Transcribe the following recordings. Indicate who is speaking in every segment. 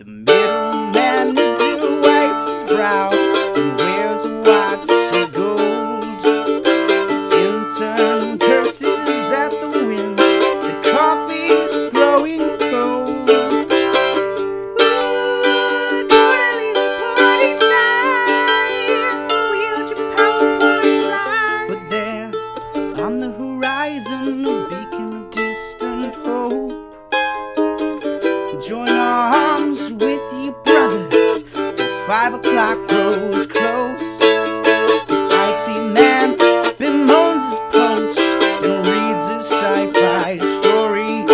Speaker 1: The middleman needs to wipe his brow and wears a watch of gold. Intern curses at the wind. The coffee's growing cold. Ooh, totally party time. Wield your powerful slide. But there, on the horizon, a beacon of distant hope. Join arms with your brothers. The five o'clock grows close. The IT man bemoans his post and reads his sci-fi stories.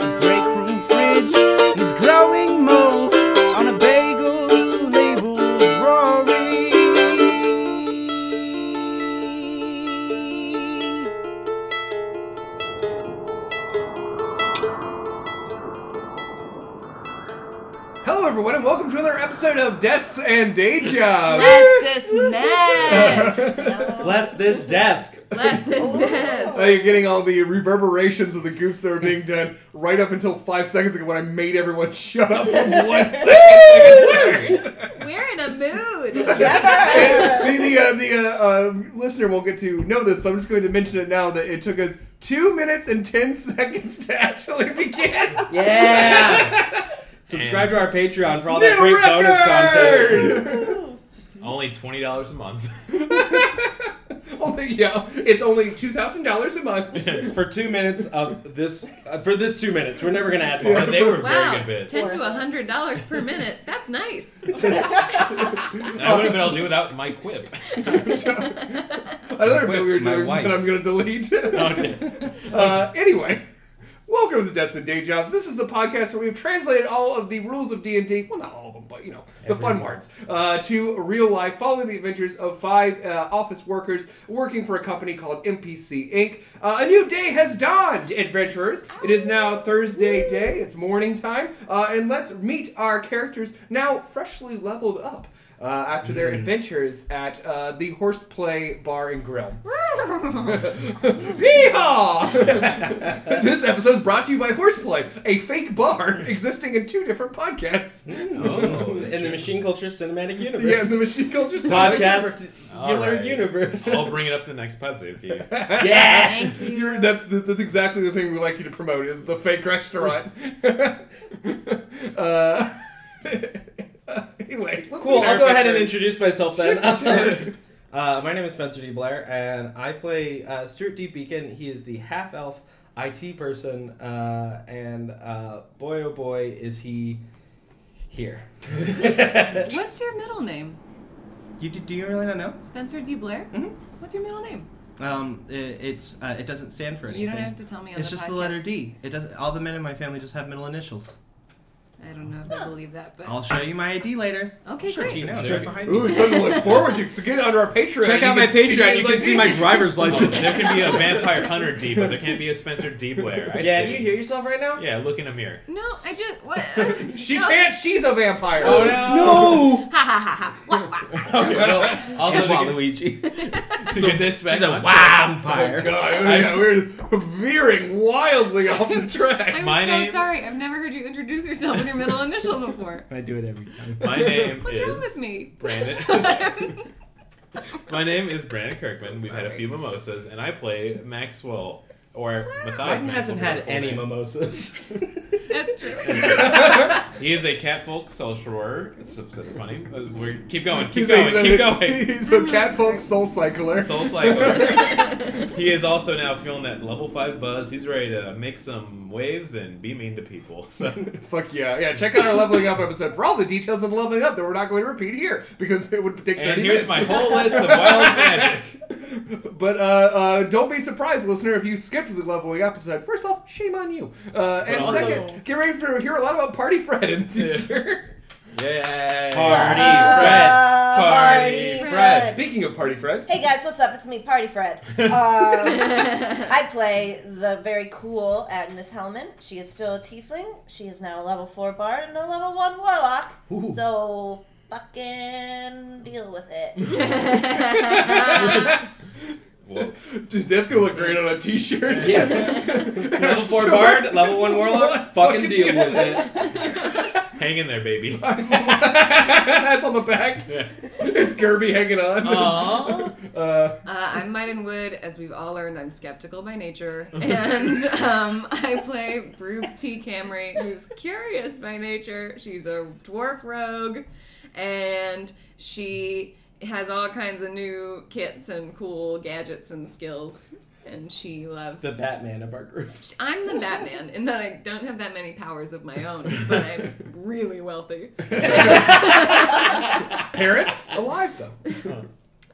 Speaker 1: The break room fridge is growing mold on a bagel labeled Rory.
Speaker 2: Hello, everyone, and welcome to another episode of Deaths and Day Jobs.
Speaker 3: Bless this mess.
Speaker 4: Bless this desk.
Speaker 3: Bless this desk.
Speaker 2: Uh, you're getting all the reverberations of the goofs that are being done right up until five seconds ago when I made everyone shut up in one second. second, second.
Speaker 3: We're in a mood.
Speaker 2: the the, uh, the uh, um, listener won't get to know this, so I'm just going to mention it now that it took us two minutes and ten seconds to actually begin.
Speaker 4: Yeah. Subscribe to our Patreon for all that
Speaker 2: New
Speaker 4: great bonus content.
Speaker 2: record!
Speaker 5: Only twenty dollars a month.
Speaker 2: Only, yeah, it's only two thousand dollars a month.
Speaker 4: For two minutes of this, uh, for this two minutes, we're never gonna add more.
Speaker 5: But they were very
Speaker 3: Wow,
Speaker 5: good bits.
Speaker 3: ten to hundred dollars per minute. That's nice.
Speaker 5: And I wouldn't have been able to do without my quip.
Speaker 2: Another bit we were
Speaker 6: my
Speaker 2: doing
Speaker 6: wife.
Speaker 2: that I'm going to delete.
Speaker 5: Okay.
Speaker 2: Uh, anyway, welcome to Destined Day Jobs. This is the podcast where we've translated all of the rules of D and D. Well, not all of them, but you know the fun parts uh, to real life, following the adventures of five uh, office workers working for a company called MPC Inc. Uh, a new day has dawned, adventurers. It is now Thursday day. It's morning time, uh, and let's meet our characters now freshly leveled up. Uh, after their adventures at uh, the Horseplay Bar and Grill. Yeehaw! this episode is brought to you by Horseplay, a fake bar existing in two different podcasts.
Speaker 5: Oh, that's
Speaker 4: in the
Speaker 5: true.
Speaker 4: machine culture cinematic universe.
Speaker 2: Yeah, the machine culture
Speaker 4: podcast
Speaker 5: All
Speaker 4: singular
Speaker 5: right.
Speaker 4: universe.
Speaker 5: I'll bring it up in the next Podzuki.
Speaker 4: yeah.
Speaker 3: Thank you.
Speaker 2: You're, that's that's exactly the thing we like you to promote is the fake restaurant. uh, anyway, let's
Speaker 4: Cool.
Speaker 2: get
Speaker 4: I'll
Speaker 2: our
Speaker 4: go ahead and
Speaker 2: pictures.
Speaker 4: introduce myself then.
Speaker 2: Sure, sure.
Speaker 4: Uh, my name is Spencer D. Blair, and I play uh, Stuart D. Beacon. He is the half elf IT person, uh, and uh, boy oh boy is he here.
Speaker 3: What's your middle name?
Speaker 4: you do, do you really not know?
Speaker 3: Spencer D. Blair?
Speaker 4: Mhm.
Speaker 3: What's your middle name?
Speaker 6: Um, i it's uh, it doesn't stand for anything.
Speaker 3: You don't have to tell me on
Speaker 6: It's
Speaker 3: the
Speaker 6: just the letter
Speaker 3: podcast.
Speaker 6: D. It doesn't. All the men in my family just have middle initials.
Speaker 3: I don't know if I believe that, but
Speaker 6: I'll show you my ID later.
Speaker 3: okay,
Speaker 6: Sure,
Speaker 3: great.
Speaker 6: Tina,
Speaker 5: Check
Speaker 6: it's
Speaker 5: it.
Speaker 6: right behind
Speaker 2: Ooh,
Speaker 6: you.
Speaker 2: something to look forward to. So get onto our Patreon.
Speaker 6: Check
Speaker 2: You
Speaker 6: out my
Speaker 2: see
Speaker 6: Patreon.
Speaker 2: it,
Speaker 6: You
Speaker 2: like-
Speaker 6: can see my driver's
Speaker 5: there
Speaker 6: license.
Speaker 5: can be a vampire hunter D, but there can't be a Spencer D Blair. I
Speaker 4: yeah, do
Speaker 5: see.
Speaker 4: you hear yourself right now?
Speaker 5: Yeah, look in a mirror.
Speaker 3: No, I just what?
Speaker 2: She
Speaker 3: No.
Speaker 2: can't. She's a vampire.
Speaker 5: Oh,
Speaker 4: No.
Speaker 3: Ha ha ha ha. Wah, wah.
Speaker 5: Okay, well, also to get,
Speaker 6: Waluigi.
Speaker 5: to get this back
Speaker 6: She's a
Speaker 5: on
Speaker 2: Oh,
Speaker 6: vampire.
Speaker 2: God, yeah, we're veering wildly off the
Speaker 3: I'm
Speaker 2: track.
Speaker 5: My
Speaker 3: so
Speaker 5: name-
Speaker 3: sorry. I've never heard you introduce yourself with your middle initial before.
Speaker 6: I do it every time.
Speaker 5: My name
Speaker 3: What's
Speaker 5: is
Speaker 3: wrong with me?
Speaker 5: Brandon. My name is Brandon Kirkman. We've had a
Speaker 2: sorry.
Speaker 5: few mimosas, and I play Maxwell or Matthias.
Speaker 4: Biden hasn't
Speaker 5: Maxwell,
Speaker 4: had
Speaker 5: full
Speaker 4: any
Speaker 5: name.
Speaker 4: mimosas.
Speaker 3: That's true.
Speaker 5: He is a catfolk sorcerer. It's so, so funny. Uh, We're, keep going. Keep
Speaker 2: He's
Speaker 5: going.
Speaker 2: a-
Speaker 5: keep going.
Speaker 2: He's a catfolk soul cycler.
Speaker 5: Soul Cycler. he is also now feeling that level five buzz. He's ready to make some waves and be mean to people. So
Speaker 2: Fuck yeah. Yeah, check out our leveling up episode for all the details of leveling up that we're not going to repeat here because it would take 30
Speaker 5: and here's
Speaker 2: minutes.
Speaker 5: my whole list of wild magic.
Speaker 2: But uh, uh, don't be surprised, listener, if you skipped the leveling episode. First off, shame on you. Uh, and
Speaker 5: also-
Speaker 2: second, get ready for hear a lot about Party Fred in the
Speaker 5: Yeah.
Speaker 2: future.
Speaker 5: Yay!
Speaker 4: Party
Speaker 2: Ah.
Speaker 5: Party Fred.
Speaker 2: Speaking of Party Fred,
Speaker 7: Hey guys, what's up? It's me, Party Fred. Um, I play the very cool Agnes Hellman. She is still a tiefling. She is now a level 4 bard and a level 1 warlock.
Speaker 4: Ooh.
Speaker 7: So fucking deal with it.
Speaker 5: Whoa.
Speaker 2: dude, that's gonna look great on a T-shirt.
Speaker 4: Yeah. level four bard, level one warlock. Fucking
Speaker 2: Fucking
Speaker 4: deal
Speaker 2: deal.
Speaker 4: with it.
Speaker 5: Hang in there, baby.
Speaker 2: That's on the back.
Speaker 5: Yeah.
Speaker 2: It's Gerby hanging on.
Speaker 5: Oh.
Speaker 3: Aww.
Speaker 2: Uh,
Speaker 3: Uh, I'm Miden Wood, as we've all learned. I'm skeptical by nature, and um, I play Brooke T. Camry, who's curious by nature. She's a dwarf rogue, and she has all kinds of new kits and cool gadgets and skills. And she loves.
Speaker 4: The Batman of our group.
Speaker 3: I'm the Batman in that I don't have that many powers of my own, but I'm really wealthy.
Speaker 2: parents alive though.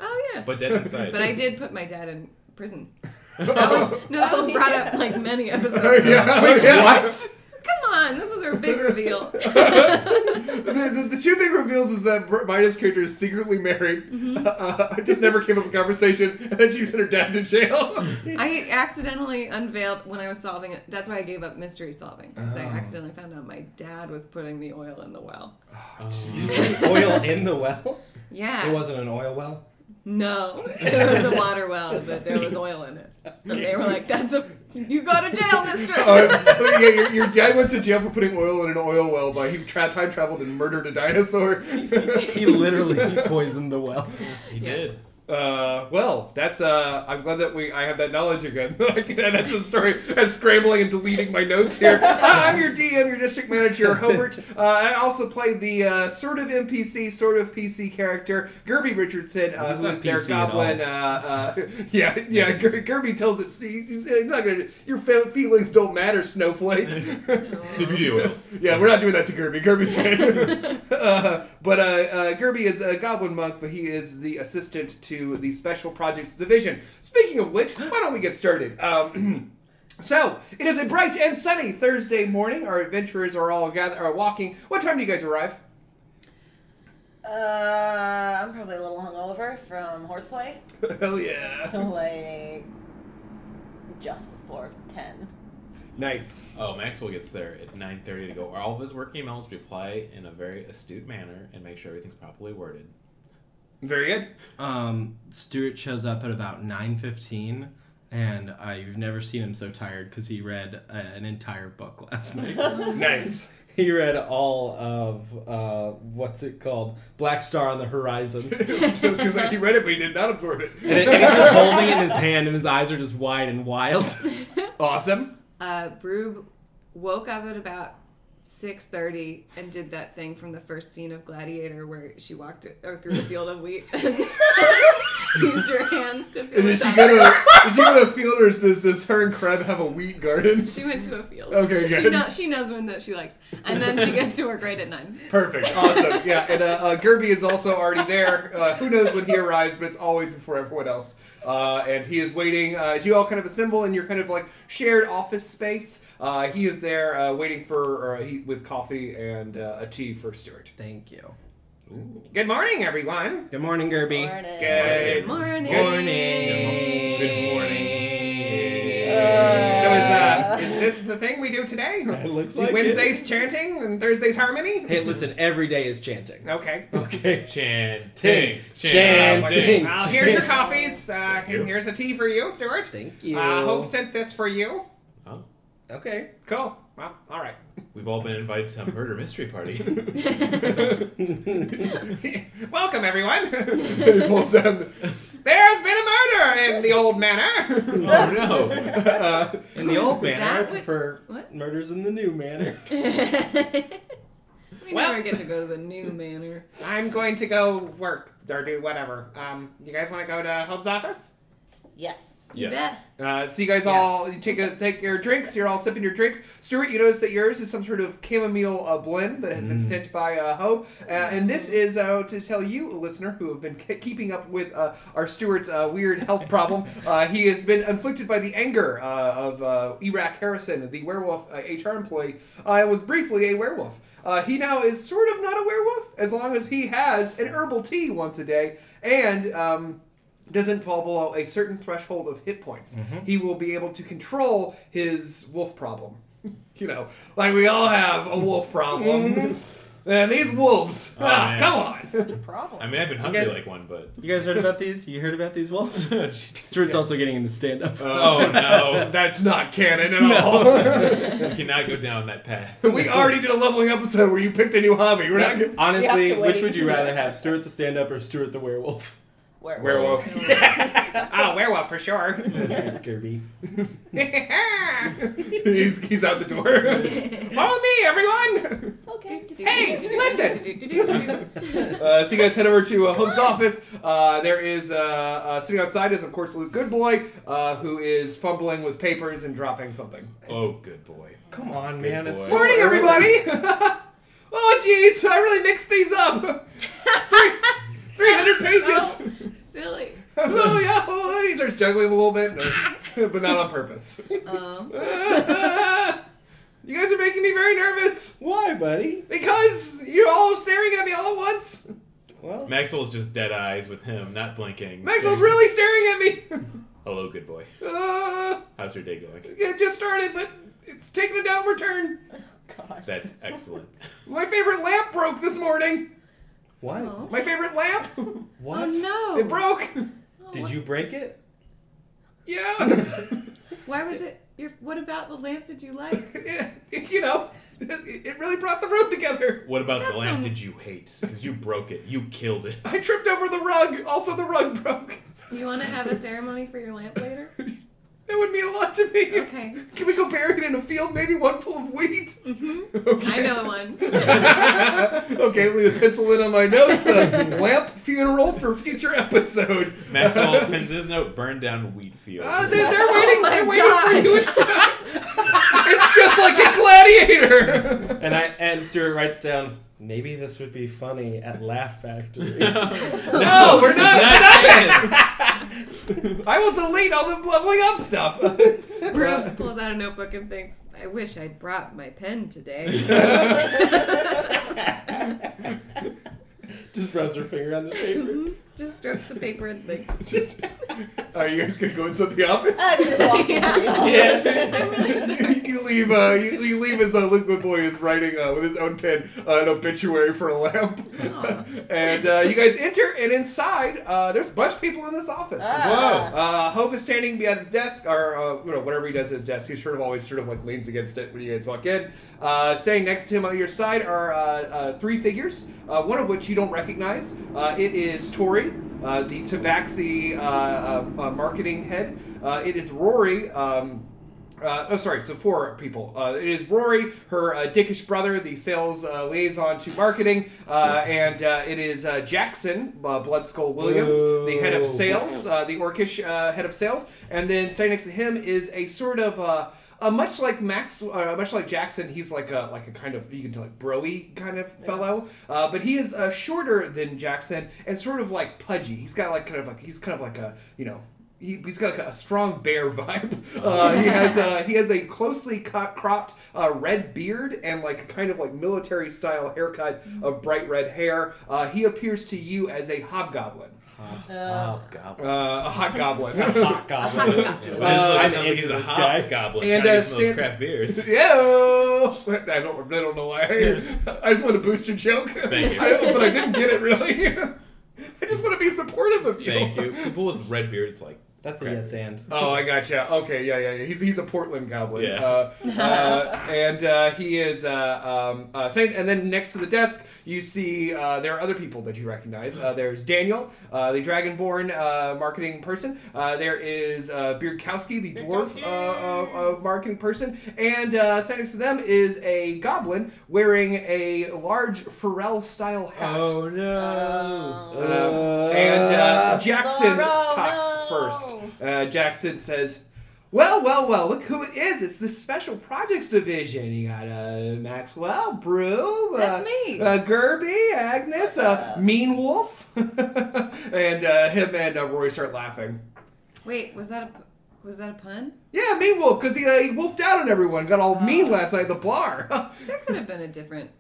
Speaker 3: Oh yeah.
Speaker 5: But dead inside.
Speaker 3: But I did put my dad in prison. That was
Speaker 5: Oh.
Speaker 3: no, that was brought up like many episodes. ago.
Speaker 2: yeah, yeah.
Speaker 4: What?
Speaker 3: Come on, this was her big reveal.
Speaker 2: The, the, the two big reveals is that Br- Midas' character is secretly married.
Speaker 3: Mm-hmm.
Speaker 2: Uh, uh, just never came up in conversation, and then she sent her dad to jail.
Speaker 3: I accidentally unveiled when I was solving it. That's why I gave up mystery solving because I
Speaker 2: Oh.
Speaker 3: accidentally found out my dad was putting the oil in the well.
Speaker 5: Um,
Speaker 4: oil in the well?
Speaker 3: Yeah.
Speaker 4: It wasn't an oil well.
Speaker 3: No, it was a water well, but there was oil in it. And they were like, "That's a you go to jail, mister."
Speaker 2: Uh, so yeah, your, your dad went to jail for putting oil in an oil well, but he tra- time traveled and murdered a dinosaur.
Speaker 6: He literally poisoned the well.
Speaker 5: he did.
Speaker 2: Uh, well, that's uh, I'm glad that we I have that knowledge again. Like, that's the story. I'm scrambling and deleting my notes here. Hi, I'm your DM, your district manager, Hobart. Uh, I also play the uh, sort of NPC, sort of PC character, Gerby Richardson, uh,
Speaker 6: He's
Speaker 2: who
Speaker 6: not
Speaker 2: is their
Speaker 6: PC at all.
Speaker 2: goblin. Uh, uh, yeah, yeah. Ger- Gerby tells it. he- He's not gonna. Your fe- feelings don't matter, Snowflake.
Speaker 5: CBD oils.
Speaker 2: Yeah, we're not doing that to Gerby. Gerby's good. uh, but uh, uh, Gerby is a goblin monk, but he is the assistant to the Special Projects Division. Speaking of which, why don't we get started? Um, so it is a bright and sunny Thursday morning. Our adventurers are all gather are walking. What time do you guys arrive?
Speaker 7: Uh, I'm probably a little hungover from horseplay,
Speaker 2: Hell yeah!
Speaker 7: so like just before ten.
Speaker 2: Nice.
Speaker 5: Oh, Maxwell gets there at 9.30 to go. Are all of his work emails reply in a very astute manner and make sure everything's properly worded.
Speaker 2: Very good.
Speaker 6: Um, Stuart shows up at about nine fifteen, and I've never seen him so tired because he read uh, an entire book last night.
Speaker 2: Nice.
Speaker 4: He read all of uh, what's it called? Black Star on the Horizon.
Speaker 2: Just 'cause, like, he read it, but he did not absorb it.
Speaker 6: And, it, and he's just holding it in his hand, and his eyes are just wide and wild.
Speaker 2: Awesome.
Speaker 3: uh, Broob woke up at about six thirty and did that thing from the first scene of Gladiator where she walked it, or through the field of wheat and used her hands to
Speaker 2: And
Speaker 3: feel.
Speaker 2: did she
Speaker 3: it
Speaker 2: go
Speaker 3: out.
Speaker 2: to? did she go to a field, or is this, does her and Kreb have a wheat garden?
Speaker 3: She went to a field.
Speaker 2: Okay,
Speaker 3: She,
Speaker 2: good.
Speaker 3: know, she knows one that she likes, and then she gets to work right at nine.
Speaker 2: Perfect. Awesome. Yeah, and uh, uh, Gerby is also already there. Uh, who knows when he arrives, but it's always before everyone else. Uh, and he is waiting. Uh, as you all kind of assemble in your kind of like shared office space, uh, he is there uh, waiting for uh, he, with coffee and uh, a tea for Stuart.
Speaker 6: Thank you.
Speaker 2: Good morning, everyone.
Speaker 6: Good morning, Gerby.
Speaker 7: Morning.
Speaker 2: Good.
Speaker 3: Morning.
Speaker 6: Morning.
Speaker 2: Good morning.
Speaker 7: Uh,
Speaker 2: So is uh, is this the thing we do today?
Speaker 4: It looks like it.
Speaker 2: Wednesday's chanting and Thursday's harmony.
Speaker 4: Hey, listen, every day is chanting.
Speaker 2: Okay.
Speaker 4: Okay.
Speaker 5: Chanting.
Speaker 4: Chanting.
Speaker 2: Well, here's your coffees. Uh, and here's a tea for you, Stuart.
Speaker 4: Thank you.
Speaker 2: Uh, Hope sent this for you.
Speaker 5: Oh,
Speaker 4: Okay.
Speaker 2: Cool. Well, all right.
Speaker 5: we've all been invited to a murder mystery party.
Speaker 2: Welcome, everyone. he pulls down. There's been a murder in the old manor.
Speaker 5: oh, no.
Speaker 2: uh,
Speaker 4: In the old manner, I
Speaker 3: That would-
Speaker 4: prefer
Speaker 3: what?
Speaker 4: murders in the new manner.
Speaker 3: we
Speaker 2: Well-
Speaker 3: never get to go to the new manor.
Speaker 2: I'm going to go work or do whatever. Um, you guys want to go to Hub's office?
Speaker 7: Yes.
Speaker 3: You
Speaker 5: Yes.
Speaker 2: Uh, so you guys all you take a, take your drinks. You're all sipping your drinks. Stuart, you notice that yours is some sort of chamomile uh, blend that has been sent by uh, Hope, uh, and this is uh, to tell you, listener, who have been ke- keeping up with uh, our Stuart's uh, weird health problem. Uh, he has been inflicted by the anger uh, of uh, Iraq Harrison, the werewolf uh, HR employee. I was briefly a werewolf. Uh, he now is sort of not a werewolf as long as he has an herbal tea once a day and. Um, doesn't fall below a certain threshold of hit points,
Speaker 5: Mm-hmm.
Speaker 2: he will be able to control his wolf problem. you know, like we all have a wolf problem. And these wolves.
Speaker 5: Mm-hmm. Oh,
Speaker 2: ah,
Speaker 5: man.
Speaker 2: come on.
Speaker 7: The problem.
Speaker 5: I mean, I've been hungry
Speaker 6: Okay.
Speaker 5: like one, but
Speaker 6: You guys heard about these? You heard about these wolves?
Speaker 4: Oh,
Speaker 6: Stuart's also getting into stand up.
Speaker 4: Uh,
Speaker 5: oh no,
Speaker 2: That's not canon at all.
Speaker 5: we cannot go down that path.
Speaker 2: we already did a leveling episode where you picked a new hobby. We're not gonna-
Speaker 7: You
Speaker 4: Honestly,
Speaker 7: have to wait.
Speaker 4: which would you rather have, Stuart the stand up or Stuart the werewolf?
Speaker 7: Where?
Speaker 2: Werewolf. Ah, werewolf for sure.
Speaker 4: Kirby.
Speaker 2: he's, he's out the door. Follow me, everyone.
Speaker 7: Okay.
Speaker 2: Hey, Uh, so you guys head over to uh, Hope's office. Uh, there is uh, uh, sitting outside is of course Luke Goodboy, uh, who is fumbling with papers and dropping something.
Speaker 5: Oh, good boy.
Speaker 4: Come on,
Speaker 5: Good
Speaker 4: man. It's so
Speaker 5: boy.
Speaker 2: Morning,
Speaker 4: early.
Speaker 2: everybody. oh, jeez, I really mixed these up. Three hundred pages.
Speaker 3: Silly.
Speaker 2: oh yeah, well, he starts juggling a little bit, no, but not on purpose.
Speaker 3: Um,
Speaker 2: you guys are making me very nervous
Speaker 4: Why, buddy?
Speaker 2: because you're all staring at me all at once.
Speaker 4: Well,
Speaker 5: Maxwell's just dead eyes with him, not blinking.
Speaker 2: Maxwell's
Speaker 5: Saying,
Speaker 2: really staring at me.
Speaker 5: Hello, good boy.
Speaker 2: Uh,
Speaker 5: How's your day going?
Speaker 2: it just started, but it's taking a downward turn.
Speaker 7: God.
Speaker 5: That's excellent.
Speaker 2: My favorite lamp broke this morning.
Speaker 4: what?
Speaker 3: oh.
Speaker 2: My favorite lamp.
Speaker 4: What?
Speaker 3: Oh, no.
Speaker 2: It broke.
Speaker 4: Did you break it?
Speaker 2: Yeah.
Speaker 3: Why was it? Your, what about the lamp did you like?
Speaker 2: you know, it it really brought the room together.
Speaker 5: What about
Speaker 3: That's
Speaker 5: the lamp?
Speaker 3: some-
Speaker 5: Did you hate? Because you broke it. You killed it.
Speaker 2: I tripped over the rug. Also, the rug broke.
Speaker 3: Do you want to have a ceremony for your lamp later?
Speaker 2: That would mean a lot to me.
Speaker 3: Okay.
Speaker 2: Can we go bury it in a field, maybe one full of wheat?
Speaker 3: Mm-hmm.
Speaker 2: Okay.
Speaker 3: I know one.
Speaker 2: okay, I'm leave a pencil in on my notes. Uh, lamp funeral for future episode.
Speaker 5: Maxwell pins his note, burn down wheat field.
Speaker 2: Ah, they're,
Speaker 3: Oh
Speaker 2: they're waiting.
Speaker 7: my
Speaker 2: they're waiting for you inside. it's just like a gladiator.
Speaker 4: And I and Stuart writes down, maybe this would be funny at Laugh Factory.
Speaker 2: No, we're not. Stop
Speaker 5: That's it.
Speaker 2: it. I will delete all the leveling up stuff.
Speaker 3: Brooke pulls out a notebook and thinks, I wish I'd brought my pen today.
Speaker 4: Just rubs her finger on the paper.
Speaker 3: Mm-hmm. Just strips the paper and thinks,
Speaker 2: Are you guys gonna go inside the office?
Speaker 7: I just walked into the office.
Speaker 2: Yes. you leave. Uh, you, you leave as a liquid boy is writing uh, with his own pen uh, an obituary for a lamp.
Speaker 3: Aw.
Speaker 2: and uh, you guys enter, and inside uh, there's a bunch of people in this office.
Speaker 7: Ah.
Speaker 2: Uh, Hope is standing behind his desk, or uh, you know whatever he does at his desk. He sort of always sort of like leans against it when you guys walk in. Uh, standing next to him on your side are uh, uh, three figures, uh, one of which you don't recognize. Uh, it is Tori, uh, the Tabaxi uh, uh, uh, marketing head. Uh, it is Rory. Um, uh, oh, sorry. So four people. Uh, it is Rory, her uh, dickish brother, the sales uh, liaison to marketing, uh, and uh, it is uh, Jackson uh, Bloodskull Williams, the head of
Speaker 4: Boo.
Speaker 2: sales, uh, the orcish uh, head of sales, and then standing next to him is a sort of. Uh, uh, much like Max, uh, much like Jackson, he's like a like a kind of you can tell like broy kind of fellow, uh, but he is uh, shorter than Jackson and sort of like pudgy. He's got like kind of like he's kind of like a you know he, he's got like a strong bear vibe.
Speaker 5: Oh.
Speaker 2: Uh, he has a, he has a closely cut, cropped uh, red beard and like a kind of like military style haircut of bright red hair. Uh, he appears to you as a hobgoblin,
Speaker 7: Uh,
Speaker 4: God.
Speaker 2: uh, a hot goblin.
Speaker 4: Hot goblin. Oh,
Speaker 5: His
Speaker 6: Uh,
Speaker 5: look
Speaker 4: I'm
Speaker 5: sounds like he's
Speaker 4: into
Speaker 5: a
Speaker 4: this guy.
Speaker 5: hobgoblin.
Speaker 2: And,
Speaker 5: And
Speaker 2: uh,
Speaker 5: uh, those
Speaker 2: Stan-
Speaker 5: craft beers.
Speaker 2: Yo, I don't, I don't know why. I just want to boost your joke,
Speaker 5: Thank you.
Speaker 2: I, but I didn't get it really. I just want to be supportive of you.
Speaker 5: Thank you. People with red beards like
Speaker 4: That's a
Speaker 5: Crap.
Speaker 4: yes and.
Speaker 2: Oh, I gotcha. Okay, yeah, yeah, yeah. He's he's a Portland goblin.
Speaker 5: Yeah.
Speaker 2: Uh, uh, and uh, he is uh, um, uh, saying, and then next to the desk, you see uh, there are other people that you recognize. Uh, there's Daniel, uh, the Dragonborn uh, marketing person. Uh, there is uh, Beardkowski, the dwarf uh, uh, uh, marketing person, and uh, standing next to them is a goblin wearing a large Pharrell-style hat.
Speaker 7: Um,
Speaker 4: no.
Speaker 2: Uh, and uh, Jackson
Speaker 7: Laura,
Speaker 2: talks
Speaker 7: no.
Speaker 2: first. Uh, Jackson says, "Well, well, well. Look who it is! It's the Special Projects Division. You got uh, Maxwell, Brew, uh,
Speaker 3: That's me.
Speaker 2: uh, Gerby, Agnes, uh, Mean Wolf, and uh, him and uh, Rory start laughing."
Speaker 3: Wait, was that a p- was that a pun?
Speaker 2: Yeah, Mean Wolf,
Speaker 3: Oh.
Speaker 2: because he, uh, he wolfed out on everyone, got all mean last night at the bar.
Speaker 3: There could have been a different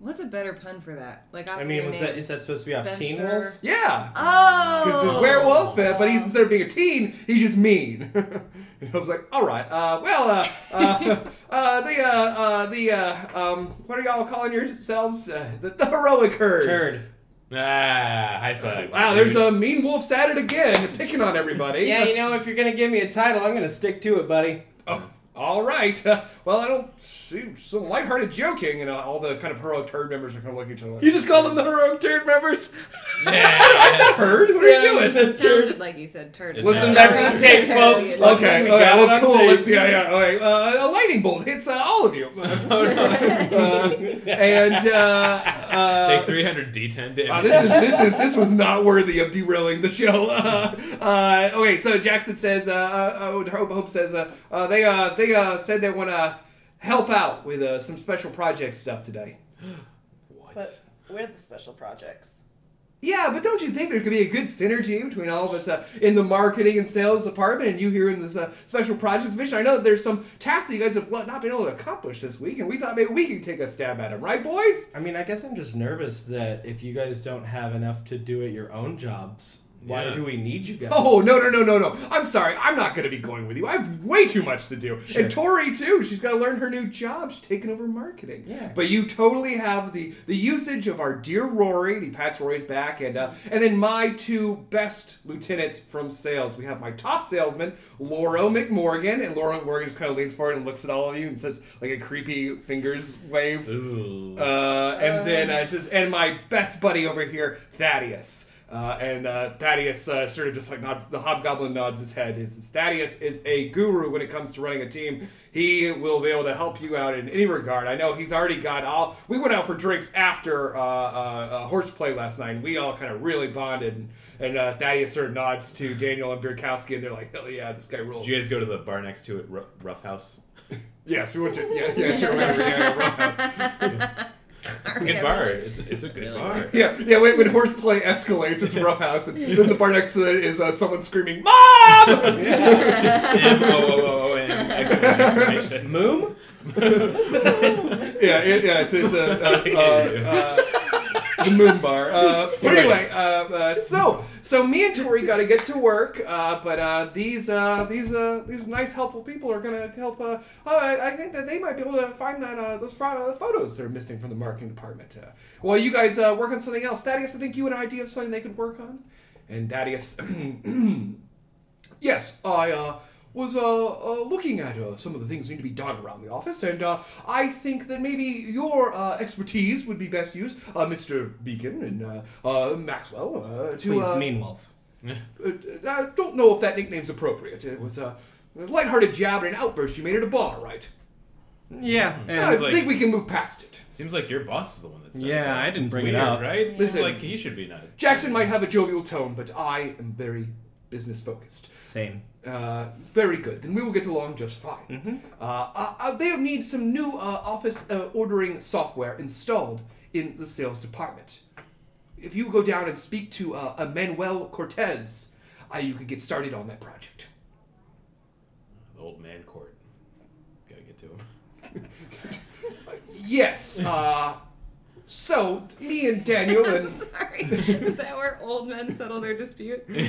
Speaker 3: What's a better pun for that? Like off
Speaker 4: I mean,
Speaker 3: your
Speaker 4: was
Speaker 3: name.
Speaker 4: that is that supposed to be off Teen
Speaker 3: Spencer.
Speaker 4: Wolf?
Speaker 2: Yeah. Because
Speaker 3: Oh,
Speaker 2: he's a werewolf, uh, but he's instead of being a teen, he's just mean. and I was like, all right, uh, well, uh, uh, uh, the, uh, uh, the, uh, um, what are y'all calling yourselves? Uh, the, the heroic herd.
Speaker 4: Turd.
Speaker 5: Ah, high five.
Speaker 2: Wow, there's
Speaker 5: dude.
Speaker 2: a mean wolf's at it again, picking on everybody.
Speaker 4: Yeah, you know, if you're gonna give me a title, I'm gonna stick to it, buddy.
Speaker 2: Oh, all right. Uh, well, I don't see some lighthearted joking, and uh, all the kind of heroic turd members are kind of looking at each other. Like,
Speaker 4: You just called them the heroic turd members.
Speaker 2: That's a herd. What are
Speaker 4: Yeah,
Speaker 2: you
Speaker 4: it
Speaker 2: doing?
Speaker 4: said turd.
Speaker 3: sounded like you said turd.
Speaker 5: Listen
Speaker 4: back to the tape, folks. Look.
Speaker 2: Okay,
Speaker 4: We
Speaker 2: okay,
Speaker 4: got it
Speaker 2: well,
Speaker 4: on
Speaker 2: cool.
Speaker 4: tape.
Speaker 2: Let's, yeah, yeah. All right. Uh, a lightning bolt hits uh, all of you. Uh, and uh, uh,
Speaker 5: Take 300 D10 damage.
Speaker 2: Wow, this is this is this was not worthy of derailing the show. Uh, uh, okay, so Jackson says, uh, uh, oh, Hope, Hope says, uh, uh, they uh, they uh, said they want to help out with uh, some special project stuff today.
Speaker 7: But we're the special projects.
Speaker 2: Yeah, but don't you think there could be a good synergy between all of us uh, in the marketing and sales department and you here in this uh, special projects division? I know that there's some tasks that you guys have well, not been able to accomplish this week, and we thought maybe we could take a stab at them, right, boys?
Speaker 4: I mean, I guess I'm just nervous that if you guys don't have enough to do at your own jobs, why
Speaker 5: Yeah.
Speaker 4: do we need you guys?
Speaker 2: Oh no no no no no! I'm sorry, I'm not going to be going with you. I have way too much to do,
Speaker 4: Sure.
Speaker 2: and Tori too. She's got to learn her new job. She's taking over marketing.
Speaker 4: Yeah.
Speaker 2: But you totally have the the usage of our dear Rory. The Pat's Rory's back, and uh, and then my two best lieutenants from sales. We have my top salesman, Laura McMorgan, and Laura McMorgan just kind of leans forward and looks at all of you and says like a creepy fingers wave.
Speaker 5: Ooh.
Speaker 2: Uh, and then uh, it says, and my best buddy over here, Thaddeus. Uh, and uh, Thaddeus uh, sort of just like nods, the hobgoblin nods his head. It says, Thaddeus is a guru when it comes to running a team. He will be able to help you out in any regard. I know he's already got all. We went out for drinks after uh, uh, uh, horseplay last night. We all kind of really bonded. And, and uh, Thaddeus sort of nods to Daniel and Birkowski, and they're like, hell yeah, this guy rules.
Speaker 5: Did you guys go to the bar next to it, Ru- Rough House?
Speaker 2: yes, we went to. Yeah, yeah, sure, whatever. Yeah, yeah, rough house.
Speaker 5: It's a good bar. It's, it's a good bar.
Speaker 2: Yeah, yeah. When, when horseplay escalates, it's rough house, and then the bar next to it is uh, someone screaming, "Mom!"
Speaker 5: Just M O O O M. exclamation.
Speaker 4: Moom?
Speaker 2: yeah, it, yeah. It's, it's a uh, uh, uh, the moon bar. Uh, but anyway, uh, uh, so so me and Tori got to get to work, uh, but uh, these uh, these uh, these nice helpful people are gonna help. Uh, oh, I, I think that they might be able to find that uh, those fro- uh, photos that are missing from the marketing department. Uh, while you guys uh, work on something else, Thaddeus, I think you had an idea of something they could work on, and Thaddeus. Yes, I uh, was uh, uh, looking at uh, some of the things that need to be done around the office, and uh, I think that maybe your uh, expertise would be best used, uh, Mr. Beacon and uh, uh, Maxwell, uh, to.
Speaker 4: Please,
Speaker 2: uh,
Speaker 4: Mean Wolf.
Speaker 2: uh, I don't know if that nickname's appropriate. It was uh, a lighthearted jab and an outburst you made at a bar, right?
Speaker 6: Yeah.
Speaker 2: I
Speaker 5: Sounds like-
Speaker 2: think we can move past it.
Speaker 5: Seems like your boss is the one that said
Speaker 6: Yeah,
Speaker 5: that.
Speaker 6: I didn't
Speaker 5: It's
Speaker 6: bring it
Speaker 5: weird,
Speaker 6: up.
Speaker 5: right? Seems
Speaker 2: Listen.
Speaker 5: like he should be not.
Speaker 2: Jackson might have a jovial tone, but I am very business focused.
Speaker 6: Same.
Speaker 2: Uh, very good. Then we will get along just fine. Uh, uh, uh, they need some new uh, office uh, ordering software installed in the sales department. If you go down and speak to uh, uh, Manuel Cortez, uh, you can get started on that project.
Speaker 5: The old man court. Gotta get to him.
Speaker 2: Yes. Uh, so me and Daniel
Speaker 3: I'm
Speaker 2: and
Speaker 3: sorry. Is that where old men settle their disputes?
Speaker 6: Man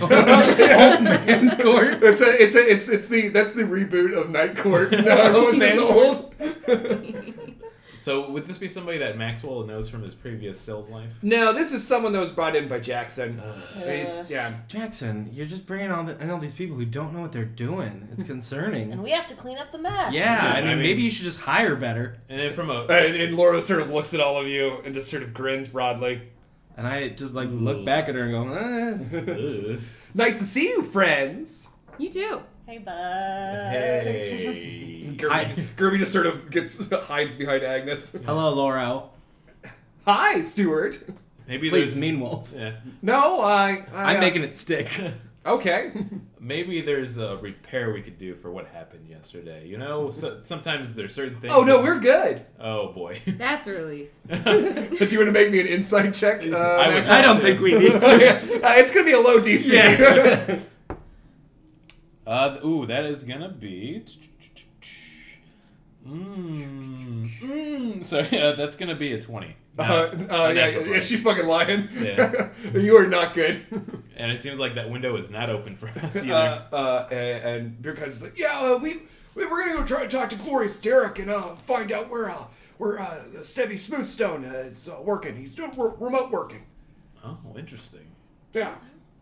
Speaker 6: court.
Speaker 2: it's a, it's a, it's it's the that's the reboot of Night Court. No, everyone's just old.
Speaker 5: So, would this be somebody that Maxwell knows from his previous sales life?
Speaker 2: No, this is someone that was brought in by Jackson.
Speaker 5: Uh.
Speaker 7: It's-
Speaker 2: yeah.
Speaker 6: Jackson, you're just bringing all the, in all these people who don't know what they're doing.
Speaker 4: Hmm.
Speaker 6: It's
Speaker 7: And
Speaker 6: concerning.
Speaker 7: we have to clean up the mess.
Speaker 6: Yeah, I
Speaker 5: I
Speaker 6: mean,
Speaker 5: mean-
Speaker 6: maybe you should just hire better.
Speaker 5: And then from a.
Speaker 2: And, and Laura sort of looks at all of you and just sort of grins broadly.
Speaker 6: And I just like look back at her and go, eh.
Speaker 5: Ugh.
Speaker 2: Nice to see you, friends.
Speaker 3: You too.
Speaker 7: Hey, bud.
Speaker 5: hey.
Speaker 2: Gerby,
Speaker 6: Hi.
Speaker 2: Gerby just sort of gets hides behind Agnes.
Speaker 6: "Hello, Lauro.
Speaker 2: Hi, Stuart.
Speaker 5: Maybe
Speaker 6: Please,
Speaker 5: there's.
Speaker 6: Mean Wolf.
Speaker 5: Yeah.
Speaker 2: No, I. I
Speaker 6: I'm
Speaker 2: uh,
Speaker 6: making it stick."
Speaker 2: Okay.
Speaker 5: Maybe there's a repair we could do for what happened yesterday. You know, so, sometimes there's certain things.
Speaker 2: oh no,
Speaker 5: that-
Speaker 2: we're good.
Speaker 5: Oh boy.
Speaker 3: That's a relief.
Speaker 2: But do you want to make me an insight check? Uh,
Speaker 5: I would-
Speaker 2: Max?
Speaker 6: I don't think we need
Speaker 2: Uh,
Speaker 6: to.
Speaker 2: it's gonna be a low DC.
Speaker 6: Yeah.
Speaker 5: Uh, ooh, that is gonna be. Mm, Mmm. Mmm. Sorry, uh, that's gonna be a 20.
Speaker 2: Uh, uh, yeah,
Speaker 5: Unnatural
Speaker 2: yeah,
Speaker 5: twenty.
Speaker 2: she's fucking lying.
Speaker 5: Yeah.
Speaker 2: you are not good.
Speaker 5: and it seems like that window is not open for us
Speaker 2: uh,
Speaker 5: either.
Speaker 2: uh, and, and Beer Cats is like, yeah, uh, we, we we're gonna go try and talk to Glorious Derek and uh, find out where uh, where uh, Stevie Smoothstone uh, is uh, working. He's doing re- remote working.
Speaker 5: oh, interesting.
Speaker 2: Yeah.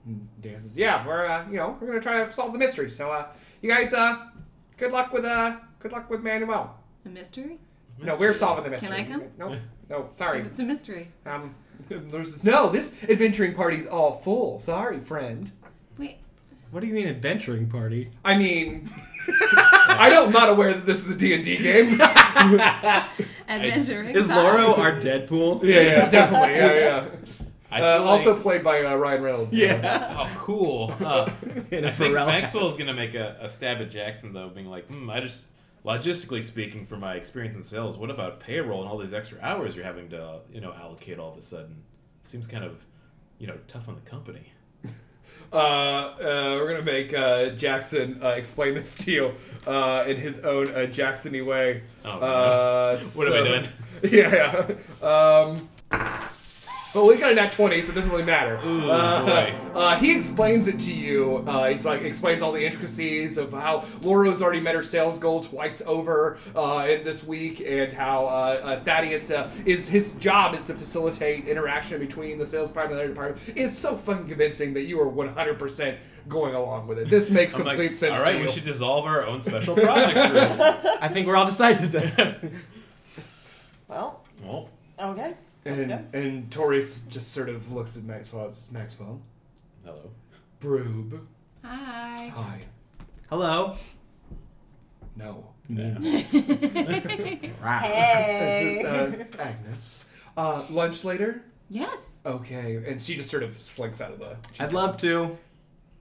Speaker 2: Mm-hmm. Dan says, yeah, we're uh, you know we're gonna try to solve the mystery. So uh, you guys, uh, good luck with uh, good luck with Manuel.
Speaker 3: A mystery?
Speaker 2: No, we're solving the mystery.
Speaker 3: I come?
Speaker 2: No, no, sorry.
Speaker 3: It's a mystery.
Speaker 2: Um, Lewis says, no, this adventuring party's all full. Sorry, friend.
Speaker 3: Wait.
Speaker 6: What do you mean adventuring party?
Speaker 2: I mean, I don't, I'm not aware that this is a D&D game.
Speaker 3: Adventuring.
Speaker 6: Is
Speaker 3: Pie.
Speaker 6: Loro our Deadpool?
Speaker 2: Yeah, yeah, definitely. Yeah,
Speaker 5: I
Speaker 2: yeah. Uh,
Speaker 5: feel
Speaker 2: also
Speaker 5: like-
Speaker 2: played by uh, Ryan Reynolds.
Speaker 5: yeah. oh, cool. Huh.
Speaker 6: In a
Speaker 5: I think
Speaker 6: Pharrell.
Speaker 5: Maxwell's gonna make a, a stab at Jackson though, being like, hmm, I just logistically speaking, from my experience in sales, what about payroll and all these extra hours you're having to, you know, allocate all of a sudden? Seems kind of, you know, tough on the company.
Speaker 2: Uh, uh, we're gonna make uh, Jackson uh, explain this to you uh, in his own uh, Jacksony way.
Speaker 5: Oh, no.
Speaker 2: uh,
Speaker 5: What have I done?
Speaker 2: Yeah, yeah. Um, well, we got a nat 20, so it doesn't really matter.
Speaker 5: Ooh,
Speaker 2: uh,
Speaker 5: boy.
Speaker 2: uh, he explains it to you. Uh, he's like, explains all the intricacies of how Laura's already met her sales goal twice over uh, in this week, and how uh, uh, Thaddeus uh, is his job is to facilitate interaction between the sales department and the other department. It's so fucking convincing that you are 100% going along with it. This makes
Speaker 5: I'm like,
Speaker 2: complete sense.
Speaker 5: all
Speaker 2: to
Speaker 5: right, we
Speaker 2: you.
Speaker 5: should dissolve our own special projects group.
Speaker 6: I think we're all decided that.
Speaker 7: Well,
Speaker 5: well,
Speaker 7: okay. Let's go.
Speaker 2: And, and Taurus just sort of looks at Maxwell. It's Maxwell.
Speaker 5: hello.
Speaker 2: Broob.
Speaker 3: Hi.
Speaker 2: Hi.
Speaker 6: Hello.
Speaker 2: No.
Speaker 5: Yeah.
Speaker 7: Hey.
Speaker 2: This is, uh, Agnes. Uh, lunch later?
Speaker 3: yes.
Speaker 2: Okay. And she just sort of slinks out of the.
Speaker 6: I'd love to.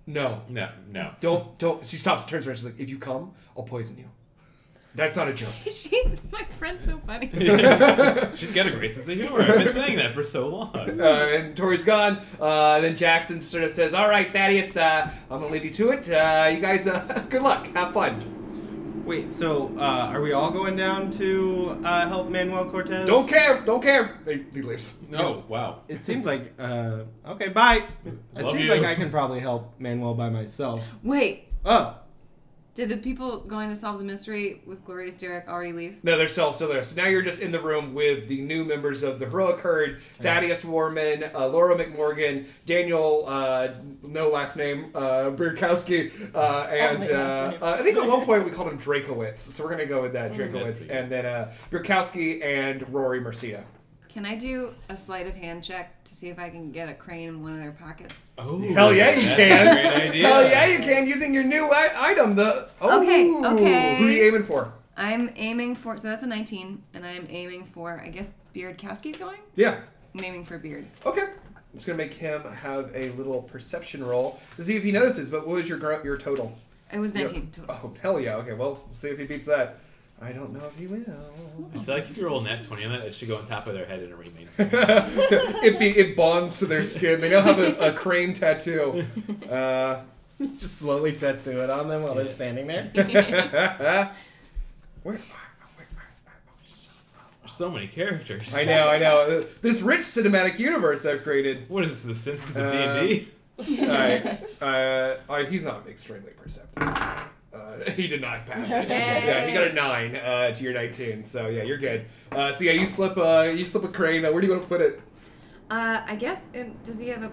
Speaker 2: No.
Speaker 5: No, no.
Speaker 2: Don't, don't. She stops, turns around. She's like, if you come, I'll poison you. That's not a joke.
Speaker 3: She's my friend's so funny.
Speaker 5: She's got a great sense of humor. I've been saying that for so long.
Speaker 2: Uh, and Tori's gone. Uh, then Jackson sort of says, all right, Thaddeus, uh, I'm going to leave you to it. Uh, you guys, uh, good luck. Have fun.
Speaker 6: Wait, so uh, are we all going down to uh, help Manuel Cortez?
Speaker 2: Don't care. Don't care. He he leaves.
Speaker 5: No, Oh, wow.
Speaker 6: It seems like uh, okay. Bye. It
Speaker 5: Love
Speaker 6: seems
Speaker 5: you.
Speaker 6: like I can probably help Manuel by myself.
Speaker 3: Wait.
Speaker 6: Oh,
Speaker 3: Did the people going to solve the mystery with Glorious Derek already leave?
Speaker 2: No, they're still still there. So now you're just in the room with the new members of the Heroic Herd: Thaddeus Warman, uh, Laura McMorgan, Daniel, uh, no last name, uh, Burkowski, uh, and
Speaker 7: Only last
Speaker 2: uh,
Speaker 7: name.
Speaker 2: uh, I think at one point we called him Drakowitz. So we're gonna go with that
Speaker 5: that's
Speaker 2: Drakowitz,
Speaker 5: pretty
Speaker 2: and then uh, Burkowski and Rory Mercia.
Speaker 3: Can I do a sleight of hand check to see if I can get a crane in one of their pockets?
Speaker 5: Oh,
Speaker 2: Hell yeah, you
Speaker 5: that's
Speaker 2: can.
Speaker 5: A great idea.
Speaker 2: Hell yeah, you can using your new I- item. The oh,
Speaker 3: Okay, okay.
Speaker 2: Who are you aiming for?
Speaker 3: I'm aiming for so that's a 19, and I'm aiming for I guess Beardkowski's going.
Speaker 2: Yeah.
Speaker 3: I'm aiming for Beard.
Speaker 2: Okay. I'm just gonna make him have a little perception roll to see if he notices. But what was your gr- your total?
Speaker 3: It was
Speaker 2: Yeah.
Speaker 3: 19 total.
Speaker 2: Oh hell yeah! Okay, well we'll see if he beats that. I don't know if he will.
Speaker 5: I feel like if you roll a nat 20 on that, it should go on top of their head and it remains there.
Speaker 2: it be it bonds to their skin. They now have a, a crane tattoo. Uh,
Speaker 6: just slowly tattoo it on them while they're standing there.
Speaker 2: where?
Speaker 5: There's so many characters.
Speaker 2: I know, I know. This rich cinematic universe I've created.
Speaker 5: What is this, The Simpsons of
Speaker 2: Uh,
Speaker 5: D&D?
Speaker 2: All right, uh, all right, he's not extremely perceptive. Uh, he did not pass it. Yeah, he got a nine uh, to your nineteen. So yeah, you're good. Uh, so yeah, you slip. Uh, you slip a crane. Uh, where do you want to put it?
Speaker 3: Uh, I guess and does he have a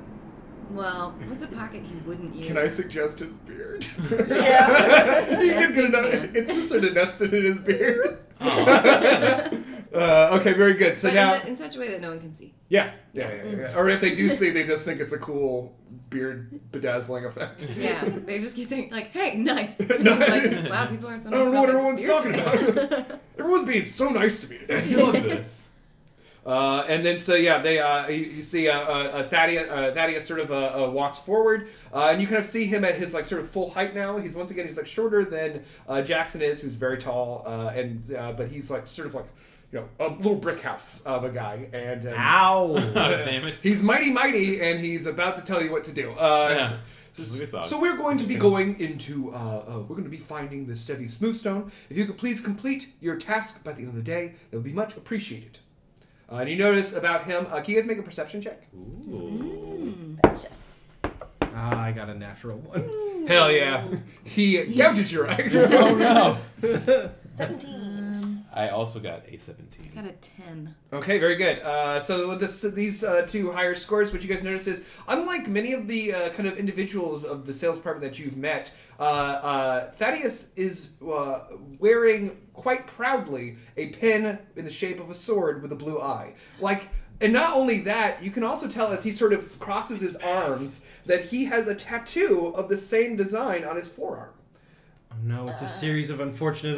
Speaker 3: well? What's a pocket he wouldn't use?
Speaker 2: Can I suggest his beard?
Speaker 7: Yeah.
Speaker 2: You can
Speaker 3: Yes,
Speaker 2: get
Speaker 3: you
Speaker 2: another-
Speaker 3: can.
Speaker 2: it's just sort of nested in his beard.
Speaker 5: Oh.
Speaker 2: uh, okay, very good. So
Speaker 3: But
Speaker 2: now,
Speaker 3: in, the- Mm. in such a way that no one can see.
Speaker 2: yeah, yeah, yeah, yeah. Or if they do see, they just think it's a cool beard bedazzling effect.
Speaker 3: Yeah, they just keep saying like, "Hey, nice."
Speaker 2: No.
Speaker 3: like, wow, people are so
Speaker 2: I don't
Speaker 3: nice.
Speaker 2: know what
Speaker 3: about
Speaker 2: everyone's
Speaker 3: their
Speaker 2: talking
Speaker 3: beards right
Speaker 2: about.
Speaker 3: now.
Speaker 2: Everyone's being so nice to me
Speaker 5: You
Speaker 2: today.
Speaker 5: love this.
Speaker 2: Uh, and then, so yeah, they uh, you, you see uh, uh, Thaddeus, uh, Thaddeus sort of uh, uh, walks forward, uh, and you kind of see him at his like sort of full height now. He's once again he's like shorter than uh, Jackson is, who's very tall, uh, and uh, but he's like sort of like you know a little brick house of a guy, and um,
Speaker 5: Oh,
Speaker 6: Ow!
Speaker 5: damn it.
Speaker 2: He's mighty mighty, and he's about to tell you what to do. Uh,
Speaker 5: Yeah. Look at
Speaker 2: So,
Speaker 5: Sog.
Speaker 2: so we're going to be going into. Uh, uh, we're going to be finding the Sevi Smoothstone. If you could please complete your task by the end of the day, that would be much appreciated. Uh, and you notice about him. Uh, can you guys make a perception check?
Speaker 5: Ooh.
Speaker 7: Betcha.
Speaker 6: Ah, I got a natural one.
Speaker 2: Hell yeah. He gouges your eye.
Speaker 5: oh no!
Speaker 7: 17.
Speaker 5: I also got a seventeen.
Speaker 3: Got a ten.
Speaker 2: Okay, very good. Uh, so with this, these uh, two higher scores, what you guys notice is, unlike many of the uh, kind of individuals of the sales department that you've met, uh, uh, Thaddeus is uh, wearing quite proudly a pin in the shape of a sword with a blue eye. Like, and not only that, you can also tell as he sort of crosses his arms that he has a tattoo of the same design on his forearm.
Speaker 6: Oh, no, it's a series of unfortunate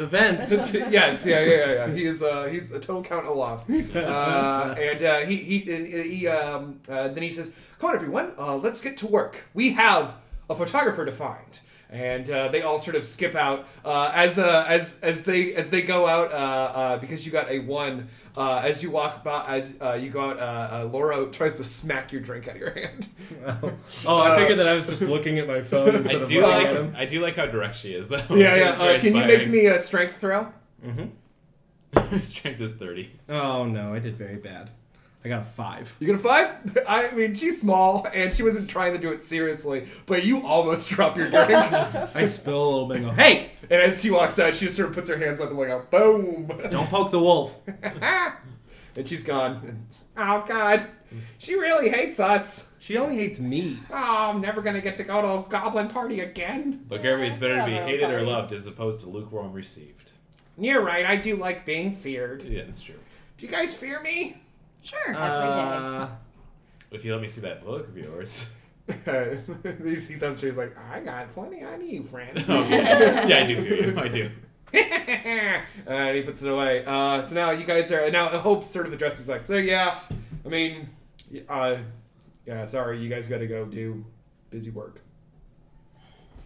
Speaker 6: events.
Speaker 2: yes, yeah, yeah, yeah, yeah. He is uh, he's a total Count Olaf, uh, and uh, he he and, uh, he um, uh, then he says, "Come on, everyone, uh, let's get to work. We have a photographer to find." And uh, they all sort of skip out uh, as uh, as as they as they go out uh, uh, because you got a one. Uh, as you walk by, as uh, you go out, uh, uh, Laura tries to smack your drink out of your hand.
Speaker 6: oh, I figured that I was just looking at my phone instead
Speaker 5: I
Speaker 6: of
Speaker 5: do
Speaker 6: looking
Speaker 5: like
Speaker 6: at him.
Speaker 5: I do like how direct she is though.
Speaker 2: Yeah, yeah.
Speaker 5: It's very
Speaker 2: Uh, can you make
Speaker 5: inspiring.
Speaker 2: me a strength throw?
Speaker 5: strength is thirty?
Speaker 6: Oh no, I did very bad. I got a five.
Speaker 2: You gonna fight? I mean, she's small and she wasn't trying to do it seriously, but you almost drop your drink. and
Speaker 6: I spill a little bit. And go, hey,
Speaker 2: as she walks out, she sort of puts her hands on the window, oh, boom,
Speaker 6: don't poke the wolf.
Speaker 2: and she's gone. Oh God, she really hates us.
Speaker 6: She only hates me.
Speaker 2: Oh, I'm never gonna get to go to a goblin party again.
Speaker 5: But Kirby, it's better to be
Speaker 7: Yeah,
Speaker 5: hated or
Speaker 7: nice.
Speaker 5: loved as opposed to lukewarm received.
Speaker 2: You're right. I do like being feared.
Speaker 5: Yeah, that's true.
Speaker 2: Do you guys fear me?
Speaker 3: Sure.
Speaker 6: Uh,
Speaker 5: If you let me see that book of yours.
Speaker 2: you see them. She's like, I got plenty on you, friend.
Speaker 5: Oh, yeah. yeah, I do fear you. I do.
Speaker 2: Uh, and he puts it away. Uh, so now you guys are now Hope sort of addresses like, so yeah, I mean, y- uh, yeah, sorry, you guys got to go do busy work.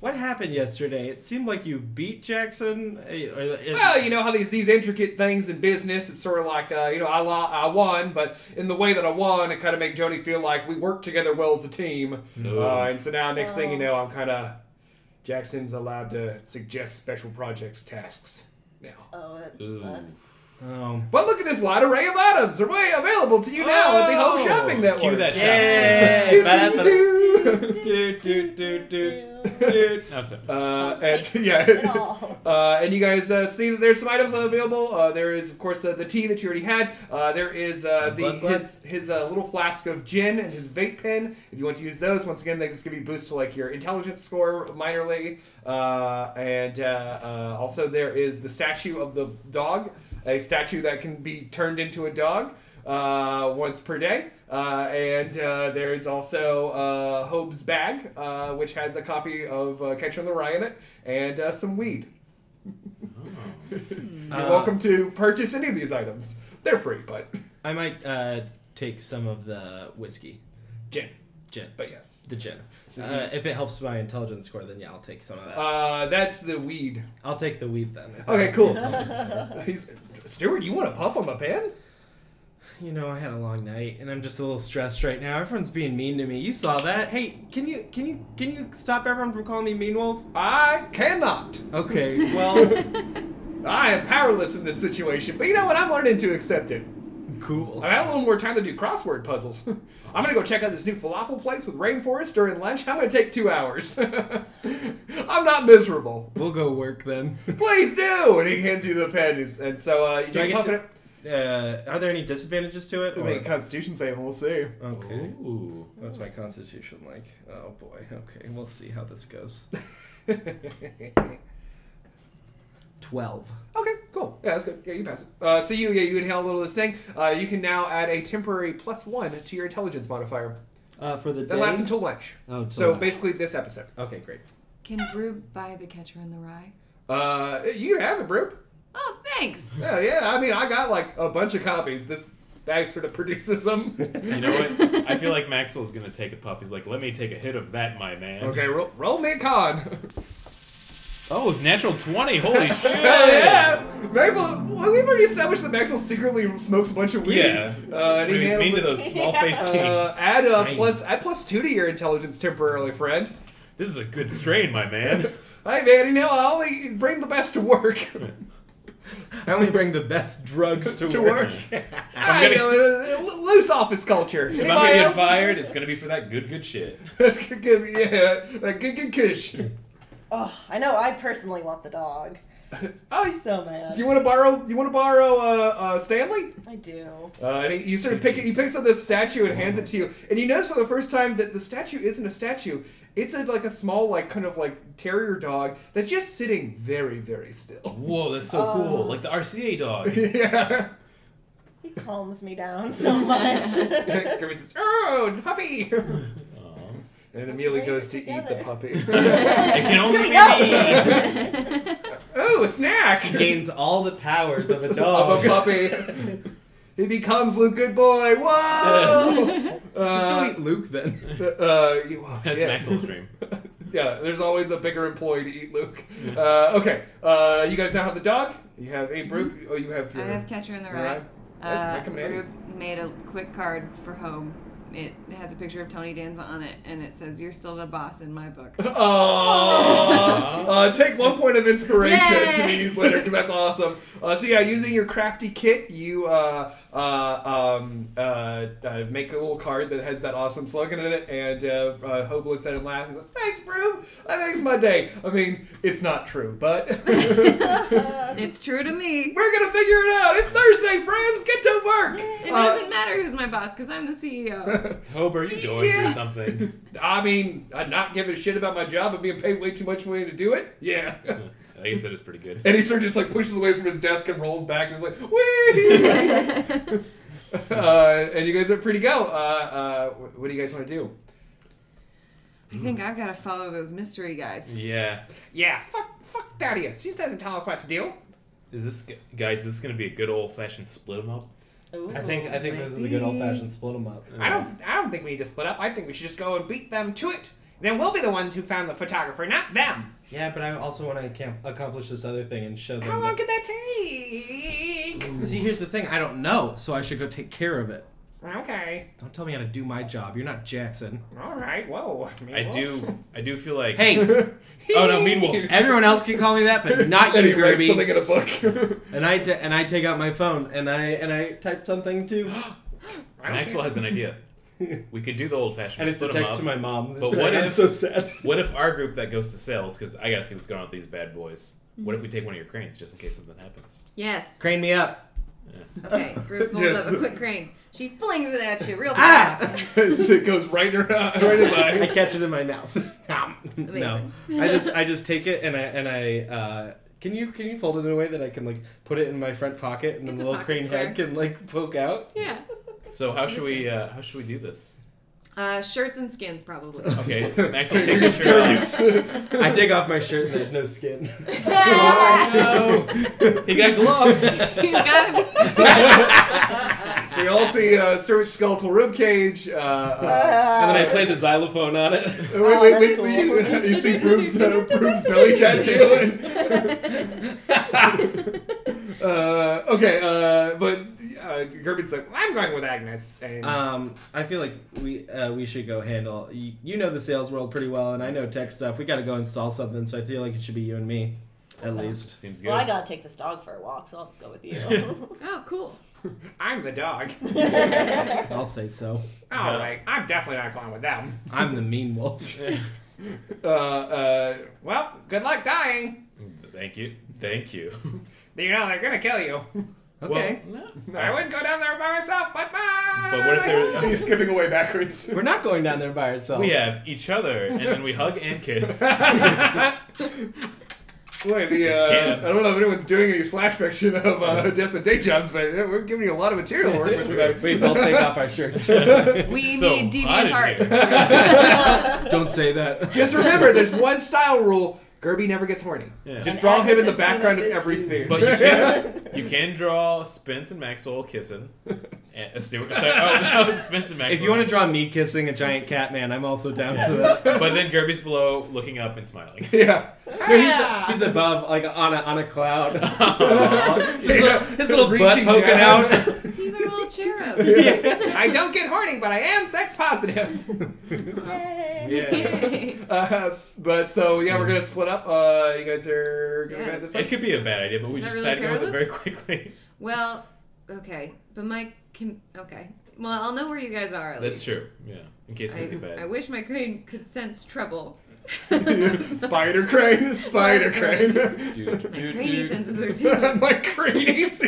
Speaker 6: what happened yesterday? It seemed like you beat Jackson. Eh, or- eh,
Speaker 2: Well, you know how these these intricate things in business, it's sort of like uh, you know I lo- I won, but in the way that I won, it kind of made Jody feel like we worked together well as a team. Uh, and so now next thing you know, I'm kind of Jackson's allowed to suggest special projects tasks now.
Speaker 7: Oh, that
Speaker 5: Ooh.
Speaker 7: sucks.
Speaker 6: Oh.
Speaker 2: But look at this wide array of items are way available to you now at the
Speaker 5: Oh,
Speaker 2: Home Shopping Network.
Speaker 5: Cue that
Speaker 6: Yay!
Speaker 2: Do-do-do-do.
Speaker 5: Do, do, do, do, do. No, sorry.
Speaker 2: Uh,
Speaker 7: Take
Speaker 2: and
Speaker 7: it
Speaker 2: yeah,
Speaker 7: all.
Speaker 2: uh, and you guys uh, see that there's some items available. Uh, there is, of course, uh, the tea that you already had. Uh, there is uh, the
Speaker 6: Blood, blood.
Speaker 2: his his uh, little flask of gin and his vape pen. If you want to use those, once again, they just give you boosts to like your intelligence score minorly. Uh, and uh, uh, also there is the statue of the dog, a statue that can be turned into a dog uh, once per day. Uh, and uh, there is also uh, Hobe's bag, uh, which has a copy of uh, Catcher in the Rye in it, and uh, some weed. You're
Speaker 6: Uh,
Speaker 2: welcome to purchase any of these items. They're free, but
Speaker 6: I might uh, take some of the whiskey,
Speaker 2: gin.
Speaker 6: gin,
Speaker 2: But yes,
Speaker 6: the gin.
Speaker 2: So you-
Speaker 6: Uh, if it helps my intelligence score, then yeah, I'll take some of that.
Speaker 2: uh, that's the weed.
Speaker 6: I'll take the weed then. if
Speaker 2: Okay,
Speaker 6: that helps
Speaker 2: cool.
Speaker 6: the intelligence score.
Speaker 2: He's Stuart. You want to puff on my pen?
Speaker 6: You know, I had a long night, and I'm just a little stressed right now. Everyone's being mean to me. You saw that. Hey, can you can you can you stop everyone from calling me Mean Wolf?
Speaker 2: I cannot.
Speaker 6: Okay. Well,
Speaker 2: I am powerless in this situation. But you know what? I'm learning to accept it.
Speaker 6: cool.
Speaker 2: I have a little more time to do crossword puzzles. I'm gonna go check out this new falafel place with rainforest during lunch. I'm gonna take two hours. I'm not miserable.
Speaker 6: We'll go work then.
Speaker 2: Please do. And he hands you the pen, and- and so uh, you
Speaker 6: Do I
Speaker 2: take a
Speaker 6: get
Speaker 2: puff
Speaker 6: to-
Speaker 2: at it.
Speaker 6: Uh, are there any disadvantages to it?
Speaker 2: We
Speaker 6: or-
Speaker 2: Make a Constitution save, and we'll see.
Speaker 6: Okay.
Speaker 5: Ooh.
Speaker 6: What's my constitution like? Oh boy. Okay, we'll see how this goes. Twelve.
Speaker 2: Okay, cool. Yeah, that's good. Yeah, you pass it. Uh, so you, yeah, you inhale a little of this thing. Uh, you can now add a temporary plus one to your intelligence modifier.
Speaker 6: Uh, for the
Speaker 2: That lasts until lunch.
Speaker 6: Oh, till
Speaker 2: so
Speaker 6: lunch.
Speaker 2: basically, this episode.
Speaker 6: Okay, great.
Speaker 3: Can Brew buy the catcher in the rye?
Speaker 2: Uh, you can have it, Broob.
Speaker 3: Oh, thanks.
Speaker 2: Yeah, yeah. I mean, I got like a bunch of copies. This guy sort of produces them.
Speaker 5: You know what? I feel like Maxwell's gonna take a puff. He's like, "Let me take a hit of that, my man."
Speaker 2: okay, roll, roll me a con.
Speaker 5: Oh, natural twenty! Holy shit!
Speaker 2: Hell yeah! Maxwell, well, we've already established that Maxwell secretly smokes a bunch of weed.
Speaker 5: Yeah.
Speaker 2: Uh, and
Speaker 5: Dude,
Speaker 2: he
Speaker 5: he's
Speaker 2: handles
Speaker 5: mean
Speaker 2: it.
Speaker 5: to those small faced teens.
Speaker 2: Uh, add a
Speaker 6: Tiny.
Speaker 2: plus, add plus two to your intelligence temporarily, friend.
Speaker 5: this is a good strain, my man.
Speaker 2: Hey man, you know I only bring the best to work.
Speaker 6: I only bring the best drugs to,
Speaker 2: to
Speaker 6: work.
Speaker 2: work. I
Speaker 5: gonna-
Speaker 2: know, uh, loose office culture.
Speaker 5: If I'm gonna get
Speaker 2: Miles?
Speaker 5: fired, it's gonna be for that good, good shit.
Speaker 2: That's good, good, yeah, that good, good kish.
Speaker 7: Oh, I know. I personally want the dog.
Speaker 2: Oh,
Speaker 7: so mad.
Speaker 2: you want to borrow? You want to borrow uh, uh, Stanley?
Speaker 7: I do.
Speaker 2: Uh, and he, you sort of pick it. He picks up this statue and hands it to you, and you notice for the first time that the statue isn't a statue. It's a, like a small, like kind of like terrier dog that's just sitting very, very still.
Speaker 5: Whoa, that's so
Speaker 2: Uh.
Speaker 5: cool. Like the RCA dog.
Speaker 2: yeah.
Speaker 7: He calms me down so much.
Speaker 2: Kirby says, "Oh, puppy!" And Amelia
Speaker 7: Raise
Speaker 2: goes
Speaker 7: it
Speaker 2: to eat the
Speaker 7: together.
Speaker 2: puppy.
Speaker 5: It can only be
Speaker 7: no.
Speaker 5: me.
Speaker 2: oh, a snack!
Speaker 4: Gains all the powers of a
Speaker 2: Of
Speaker 4: dog.
Speaker 2: a puppy. he becomes Luke Good Boy. Whoa!
Speaker 6: Just go
Speaker 2: uh,
Speaker 6: eat Luke then.
Speaker 2: uh, you- oh,
Speaker 5: That's
Speaker 2: shit.
Speaker 5: Maxwell's dream.
Speaker 2: Yeah, there's always a bigger employee to eat Luke. Uh, okay, uh, you guys now have the dog. You have a Brooke. Oh, you have
Speaker 3: I
Speaker 2: your.
Speaker 3: have Catcher in the Rye.
Speaker 2: Rye. Oh,
Speaker 3: Uh,
Speaker 2: recommend.
Speaker 3: Rube made a quick card for home. It has a picture of Tony Danza on it, and it says, "You're still the boss in my book."
Speaker 2: Oh, uh, take one point of inspiration to the
Speaker 3: Yay!
Speaker 2: newsletter because that's awesome. Uh, so yeah, using your crafty kit, you uh, uh, um, uh, uh, make a little card that has that awesome slogan in it, and uh, uh, Hope looks at it and laughs. He's like, "Thanks, Brew. That makes my day." I mean, it's not true, but
Speaker 3: It's true to me.
Speaker 2: we're gonna figure it out. It's Thursday, friends. Get to work.
Speaker 3: It
Speaker 2: Uh,
Speaker 3: doesn't matter who's my boss because I'm the E CEO.
Speaker 5: Hope, are you going
Speaker 2: Yeah.
Speaker 5: through something?
Speaker 2: I mean, I'm not giving a shit about my job and being paid way too much money to do it. Yeah.
Speaker 5: I guess that is pretty good.
Speaker 2: And he sort of just like pushes away from his desk and rolls back and is like, "Wee!" uh, and you guys are free to go. Uh, uh, wh- what do you guys want to do?
Speaker 3: I think I've got to follow those mystery guys.
Speaker 5: Yeah.
Speaker 2: Yeah, fuck, fuck Thaddeus. He doesn't tell us what to do.
Speaker 5: Is this g- guys? This is gonna be a good old fashioned split 'em up.
Speaker 4: I think I think this is a good old fashioned split 'em up.
Speaker 2: I don't. I don't think we need to split up. I think we should just go and beat them to it. Then we'll be the ones who found the photographer, not them.
Speaker 4: Yeah, but I also want to camp- accomplish this other thing and show them.
Speaker 2: How
Speaker 4: that-
Speaker 2: long can that take?
Speaker 6: See, here's the thing. I don't know, so I should go take care of it.
Speaker 2: Okay.
Speaker 6: Don't tell me how to do my job. You're not Jackson.
Speaker 2: All right. Whoa. Mean
Speaker 5: I
Speaker 2: Wolf.
Speaker 5: do. I do feel like.
Speaker 6: Hey,
Speaker 5: Oh no, Mean Wolf.
Speaker 6: everyone else can call me that, but not
Speaker 2: And
Speaker 6: you,
Speaker 2: he writes something
Speaker 6: Gerby.
Speaker 2: in a book.
Speaker 6: And I ta- and I take out my phone and I and I type something too.
Speaker 2: I don't
Speaker 5: Maxwell
Speaker 2: care.
Speaker 5: has an idea. We could do the old fashioned.
Speaker 4: And it's a
Speaker 5: split
Speaker 4: text to
Speaker 5: them up.
Speaker 4: my mom.
Speaker 5: But what
Speaker 4: I'm
Speaker 5: if-
Speaker 4: so sad.
Speaker 5: What if our group that goes to sales? Because I gotta see what's going on with these bad boys. What if we take one of your cranes just in case something happens?
Speaker 3: Yes.
Speaker 6: Crane me up.
Speaker 3: Okay. Group holds
Speaker 2: Yes.
Speaker 3: up a quick crane. She flings it at you real
Speaker 6: Ah!
Speaker 3: fast.
Speaker 2: it goes right in her right in her eye.
Speaker 6: I catch it in my mouth. no,
Speaker 3: Amazing.
Speaker 4: I just I just take it and I and I uh, can you can you fold it in a way that I can like put it in my front pocket and then
Speaker 3: It's
Speaker 4: the
Speaker 3: a
Speaker 4: little
Speaker 3: pocket
Speaker 4: crane
Speaker 3: square.
Speaker 4: head can like poke out.
Speaker 3: yeah.
Speaker 5: So how should we? Uh, how should we do this?
Speaker 3: Uh, shirts and skins probably.
Speaker 5: Okay, Maxwell takes his shirt off.
Speaker 6: I take off my shirt.
Speaker 4: Sure, there's no skin.
Speaker 5: Oh no! He got gloved.
Speaker 3: you got it.
Speaker 2: So you all see uh, Stuart's skeletal ribcage. Uh, uh,
Speaker 4: And then I play the xylophone on it.
Speaker 2: Oh, wait, wait,
Speaker 7: Oh, that's
Speaker 2: wait,
Speaker 7: cool.
Speaker 2: wait, you see Broom's, uh, Broom's belly tattoo. And uh, okay, uh, but uh, Gerben's like, I'm going with Agnes. And
Speaker 6: Um, I feel like we uh, we should go handle. You, you know the sales world pretty well, and I know tech stuff. We got to go install something, so I feel like it should be you and me, at least.
Speaker 5: Seems good.
Speaker 7: Well, I gotta take this dog for a walk, so I'll just go with you.
Speaker 3: Oh, cool.
Speaker 2: I'm the dog.
Speaker 6: I'll say so.
Speaker 5: uh-huh.
Speaker 2: All right, I'm definitely not going with them.
Speaker 6: I'm the mean wolf.
Speaker 2: Uh, uh, well, good luck dying.
Speaker 5: Thank you. Thank you.
Speaker 2: You know, they're going to kill
Speaker 5: Uh-huh.
Speaker 2: you.
Speaker 6: Okay,
Speaker 5: Well, no.
Speaker 2: I wouldn't go down there by myself, but bye.
Speaker 5: But what if there-
Speaker 2: He's skipping away backwards.
Speaker 6: we're not going down there by ourselves.
Speaker 5: We have each other, and then we hug and kiss.
Speaker 2: Boy, the,
Speaker 5: Scan.
Speaker 2: uh, I don't know if anyone's doing any slash fiction of
Speaker 5: Uh-huh.
Speaker 2: uh, Odessa day jobs, but we're giving you a lot of material work. with that.
Speaker 6: We both take off our shirts.
Speaker 3: We
Speaker 5: So
Speaker 3: need
Speaker 5: hot
Speaker 3: deviant
Speaker 5: in
Speaker 3: art.
Speaker 5: here.
Speaker 6: Don't say that.
Speaker 2: Just remember, there's one style rule: Gerby never gets horny.
Speaker 5: Yeah.
Speaker 2: Just
Speaker 7: And
Speaker 2: draw him in the
Speaker 7: Agnes's
Speaker 2: background of
Speaker 7: penis is
Speaker 2: every
Speaker 7: huge.
Speaker 2: scene.
Speaker 5: But you can you can draw Spence and Maxwell kissing. And, uh, Stuart, sorry, oh, no, Spence and Maxwell.
Speaker 6: If you want to draw me kissing a giant cat man, I'm also down for that.
Speaker 5: but then Gerby's below, looking up and smiling.
Speaker 2: yeah,
Speaker 6: No, he's, he's above, like on a on a cloud. his, little, his little butt
Speaker 2: Reaching
Speaker 6: poking
Speaker 2: down.
Speaker 6: out.
Speaker 3: He's our little cherub. positive.
Speaker 2: I don't get horny, but I am sex positive.
Speaker 5: Yeah.
Speaker 2: Uh, but so yeah, we're gonna split up. Uh, you guys are gonna
Speaker 3: Yeah.
Speaker 2: go this way.
Speaker 5: It could be a bad idea, but we
Speaker 3: Is that
Speaker 5: just
Speaker 3: really
Speaker 5: decided to go with it very
Speaker 3: perilous?
Speaker 5: quickly.
Speaker 3: Well, okay, but my com- okay. Well, I'll know where you guys are. At
Speaker 5: That's
Speaker 3: least.
Speaker 5: true. Yeah. In case anything
Speaker 3: I, I
Speaker 5: bad.
Speaker 3: wish my crane could sense trouble.
Speaker 2: spider crane, spider crane.
Speaker 5: Dude, dude,
Speaker 3: My crane
Speaker 5: dude.
Speaker 3: senses are tingling.
Speaker 2: My crane is.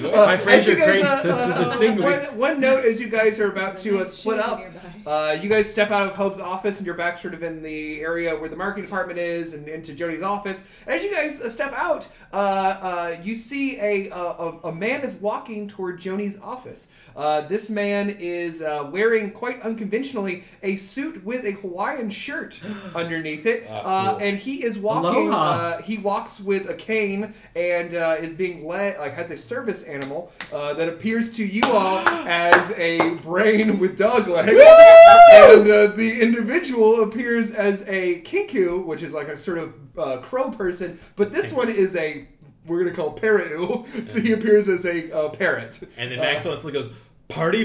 Speaker 5: My
Speaker 2: as
Speaker 5: friends
Speaker 2: you
Speaker 5: are great.
Speaker 2: guys, uh, uh, uh, one, one note as you guys are about
Speaker 3: There's a
Speaker 2: to uh,
Speaker 3: nice
Speaker 2: split
Speaker 3: shooting
Speaker 2: up,
Speaker 3: nearby.
Speaker 2: uh, you guys step out of Hope's office and you're back sort of in the area where the marketing department is and into Jody's office. And as you guys uh, step out, uh, uh, you see a, uh, a, a man is walking toward Joni's office. Uh, this man is uh, wearing, quite unconventionally, a suit with a Hawaiian shirt underneath it.
Speaker 5: Ah,
Speaker 2: uh,
Speaker 5: cool.
Speaker 2: and he is walking.
Speaker 6: Aloha.
Speaker 2: Uh,
Speaker 5: Oh.
Speaker 2: he walks with a cane and uh, is being led, like has a service animal uh, that appears to you all as a brain with dog legs, and uh, the individual appears as a kinku, which is like a sort of uh, crow person, but this one is a we're gonna call parrot. So he appears as a uh, parrot.
Speaker 5: And then
Speaker 2: Uh,
Speaker 5: Maxwell still goes, Party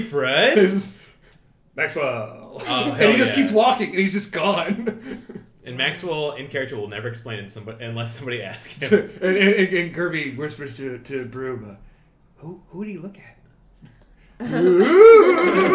Speaker 5: Fred?
Speaker 2: is Maxwell,
Speaker 5: Oh,
Speaker 2: and he
Speaker 5: hell
Speaker 2: just
Speaker 5: yeah.
Speaker 2: keeps walking, and he's just gone.
Speaker 5: And Maxwell in character will never explain it somebody, unless somebody asks
Speaker 2: and,
Speaker 5: him.
Speaker 2: and, and, and Kirby whispers to, to Broom, uh, who, who do you look at?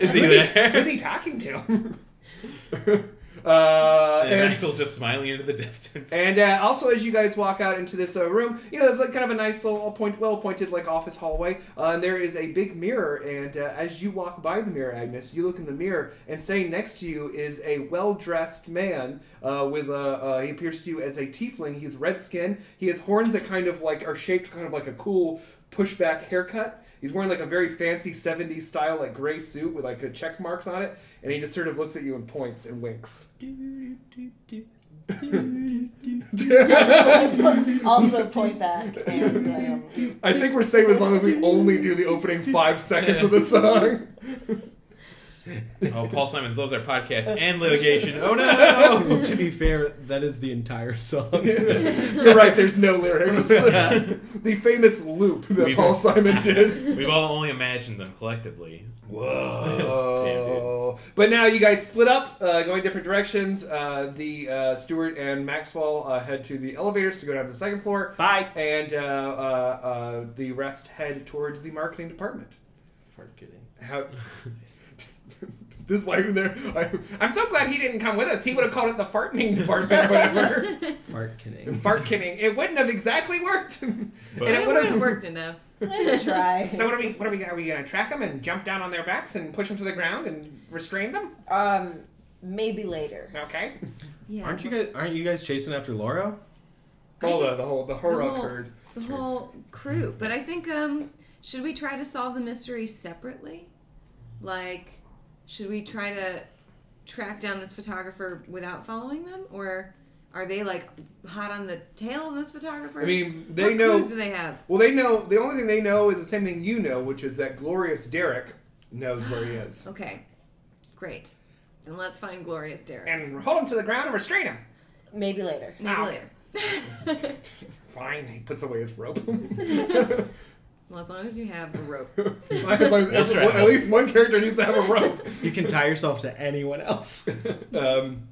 Speaker 5: Is he there?
Speaker 2: Who's he talking to? uh,
Speaker 5: And
Speaker 2: and
Speaker 5: Maxwell's just smiling into the distance.
Speaker 2: and uh, also, as you guys walk out into this uh, room, you know there's like kind of a nice little point, well-pointed like office hallway, uh, and there is a big mirror. And uh, as you walk by the mirror, Agnes, you look in the mirror, and standing next to you is a well-dressed man uh, with a. Uh, he appears to you as a tiefling. He's red skin. He has horns that kind of like are shaped kind of like a cool pushback haircut. He's wearing like a very fancy '70s style like gray suit with like uh, check marks on it, and he just sort of looks at you and points and winks.
Speaker 7: also point back and um,
Speaker 2: I think we're safe as long as we only do the opening five seconds of the song.
Speaker 5: Oh, Paul Simons loves our podcast and litigation. Oh no!
Speaker 6: to be fair, that is the entire song.
Speaker 2: You're right, there's no lyrics. the famous loop that
Speaker 5: We-
Speaker 2: Paul Simon did.
Speaker 5: We've all only imagined them collectively.
Speaker 2: Whoa. but now you guys split up, uh, going different directions. Uh, the uh, Stewart and Maxwell uh, head to the elevators to go down to the second floor.
Speaker 6: Bye.
Speaker 2: And uh, uh, uh, the rest head towards the marketing department.
Speaker 5: Fart kidding.
Speaker 2: How. This like there, I, am so glad he didn't come with us. He would have called it the farting department or whatever.
Speaker 6: Fart kidding.
Speaker 2: fart kidding. It wouldn't have exactly worked. and
Speaker 5: But-
Speaker 2: it
Speaker 3: It
Speaker 2: would
Speaker 3: would have
Speaker 2: have
Speaker 3: worked enough.
Speaker 7: try.
Speaker 2: So what are we? What are we? Are we gonna track them and jump down on their backs and push them to the ground and restrain them?
Speaker 7: Um, maybe later.
Speaker 2: Okay.
Speaker 3: Yeah.
Speaker 6: Aren't you guys? Aren't you guys chasing after Laura?
Speaker 2: Well, the, the whole the horror
Speaker 3: whole-
Speaker 2: occurred.
Speaker 3: the whole crew. But I think um should we try to solve the mystery separately? Like should we try to track down this photographer without following them or are they like hot on the tail of this photographer?
Speaker 2: I mean, they
Speaker 3: what
Speaker 2: know.
Speaker 3: clues do they have?
Speaker 2: Well, they know. The only thing they know is the same thing you know, which is that glorious Derek knows where he is.
Speaker 3: Okay. Great. Then let's find Glorious Derek.
Speaker 2: And hold him to the ground and restrain him.
Speaker 7: Maybe later.
Speaker 3: Maybe
Speaker 2: Ow.
Speaker 3: later.
Speaker 2: Fine. He puts away his rope.
Speaker 3: well, as long as you have a rope.
Speaker 2: As long as-
Speaker 5: That's right.
Speaker 2: At least one character needs to have a rope.
Speaker 6: You can tie yourself to anyone else.
Speaker 2: um,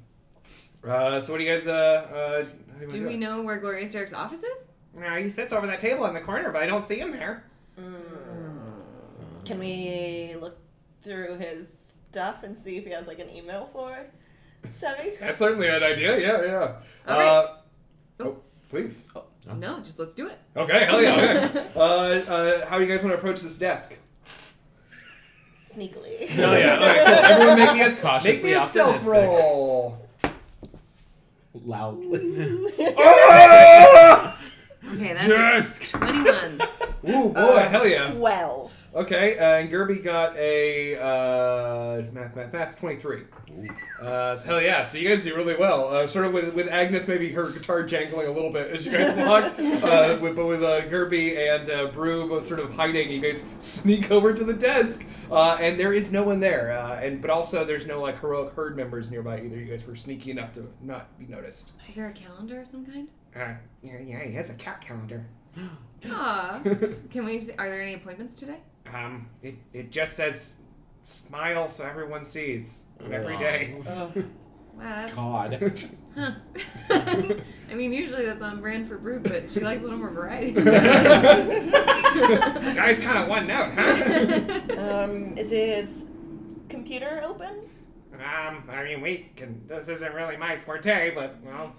Speaker 2: uh, so what do you guys? Uh, uh,
Speaker 3: Do we know where Glorious Derek's office is?
Speaker 2: No, he sits over that table in the corner, but I don't see him there.
Speaker 7: Can we look through his stuff and see if he has like an email for Stubby?
Speaker 2: That's certainly an idea. Yeah, yeah. uh,
Speaker 3: All right.
Speaker 2: oh, please.
Speaker 5: Huh?
Speaker 3: No, just let's do it.
Speaker 2: Okay, hell yeah. Okay. uh, uh, how do you guys want to approach this desk?
Speaker 7: Sneakily.
Speaker 5: Oh yeah. Okay, cool.
Speaker 2: Everyone, make me a
Speaker 5: Cautiously
Speaker 2: make me a stealth
Speaker 5: optimistic.
Speaker 2: roll.
Speaker 6: Loudly.
Speaker 3: Okay, that's it. 21.
Speaker 2: Ooh, boy, hell yeah.
Speaker 7: Twelve.
Speaker 2: Okay, uh, and Gerby got a uh, math, math, math, twenty-three. Uh, so hell yeah! So you guys do really well. Uh, sort of with, with Agnes, maybe her guitar jangling a little bit as you guys walk, uh, with, but with uh, Gerby and uh, Brew both sort of hiding, you guys sneak over to the desk, uh, and there is no one there. Uh, and but also there's no like heroic herd members nearby either. You guys were sneaky enough to not be noticed.
Speaker 3: Is there a calendar of some kind?
Speaker 2: Uh, yeah, yeah, he has a cat calendar.
Speaker 3: Aw. Can we? Are there any appointments today?
Speaker 2: Um, it, it just says smile so everyone sees on every day.
Speaker 3: Wow, that's-
Speaker 4: God.
Speaker 3: huh. I mean, usually that's on brand for Brute, but she likes a little more variety.
Speaker 2: Guys, kind of one note, huh?
Speaker 7: Um, is his computer open?
Speaker 2: um, I mean, we can. This isn't really my forte, but well,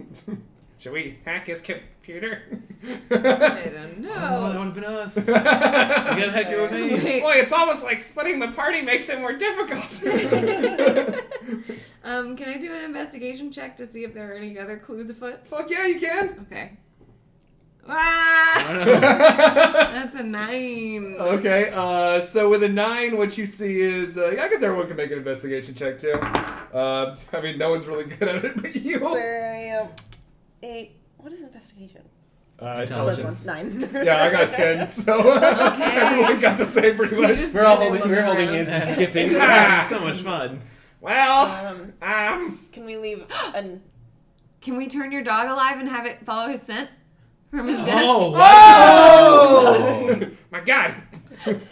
Speaker 2: should we hack his computer?
Speaker 3: I don't
Speaker 5: Oh, that
Speaker 3: know.
Speaker 5: would have been us. you gotta hack your own name.
Speaker 3: Wait.
Speaker 2: Boy, it's almost like splitting the party makes it more difficult.
Speaker 3: Um, can I do an investigation check to see if there are any other clues afoot?
Speaker 2: Fuck yeah, you can.
Speaker 3: Okay. Ah!
Speaker 2: okay,
Speaker 3: That's a nine.
Speaker 2: Oh, uh, so with a nine, what you see is uh, I guess everyone can make an investigation check too. Uh, I mean, no one's really good at it, but you.
Speaker 7: Eight. um, What is investigation?
Speaker 2: Uh,
Speaker 6: Intelligence.
Speaker 7: Plus one's nine.
Speaker 2: Yeah, I got ten, so everyone got the same pretty
Speaker 3: You
Speaker 2: much.
Speaker 3: just
Speaker 4: We're all
Speaker 3: do this
Speaker 4: holding,
Speaker 3: one
Speaker 4: we're holding
Speaker 3: round.
Speaker 4: hands and skipping.
Speaker 2: Ah.
Speaker 5: so much fun.
Speaker 2: well,
Speaker 7: Um,
Speaker 3: Oh.
Speaker 2: um,
Speaker 7: can we leave an?
Speaker 3: Can we turn your dog alive and have it follow his scent from his desk?
Speaker 5: Oh,
Speaker 2: my God,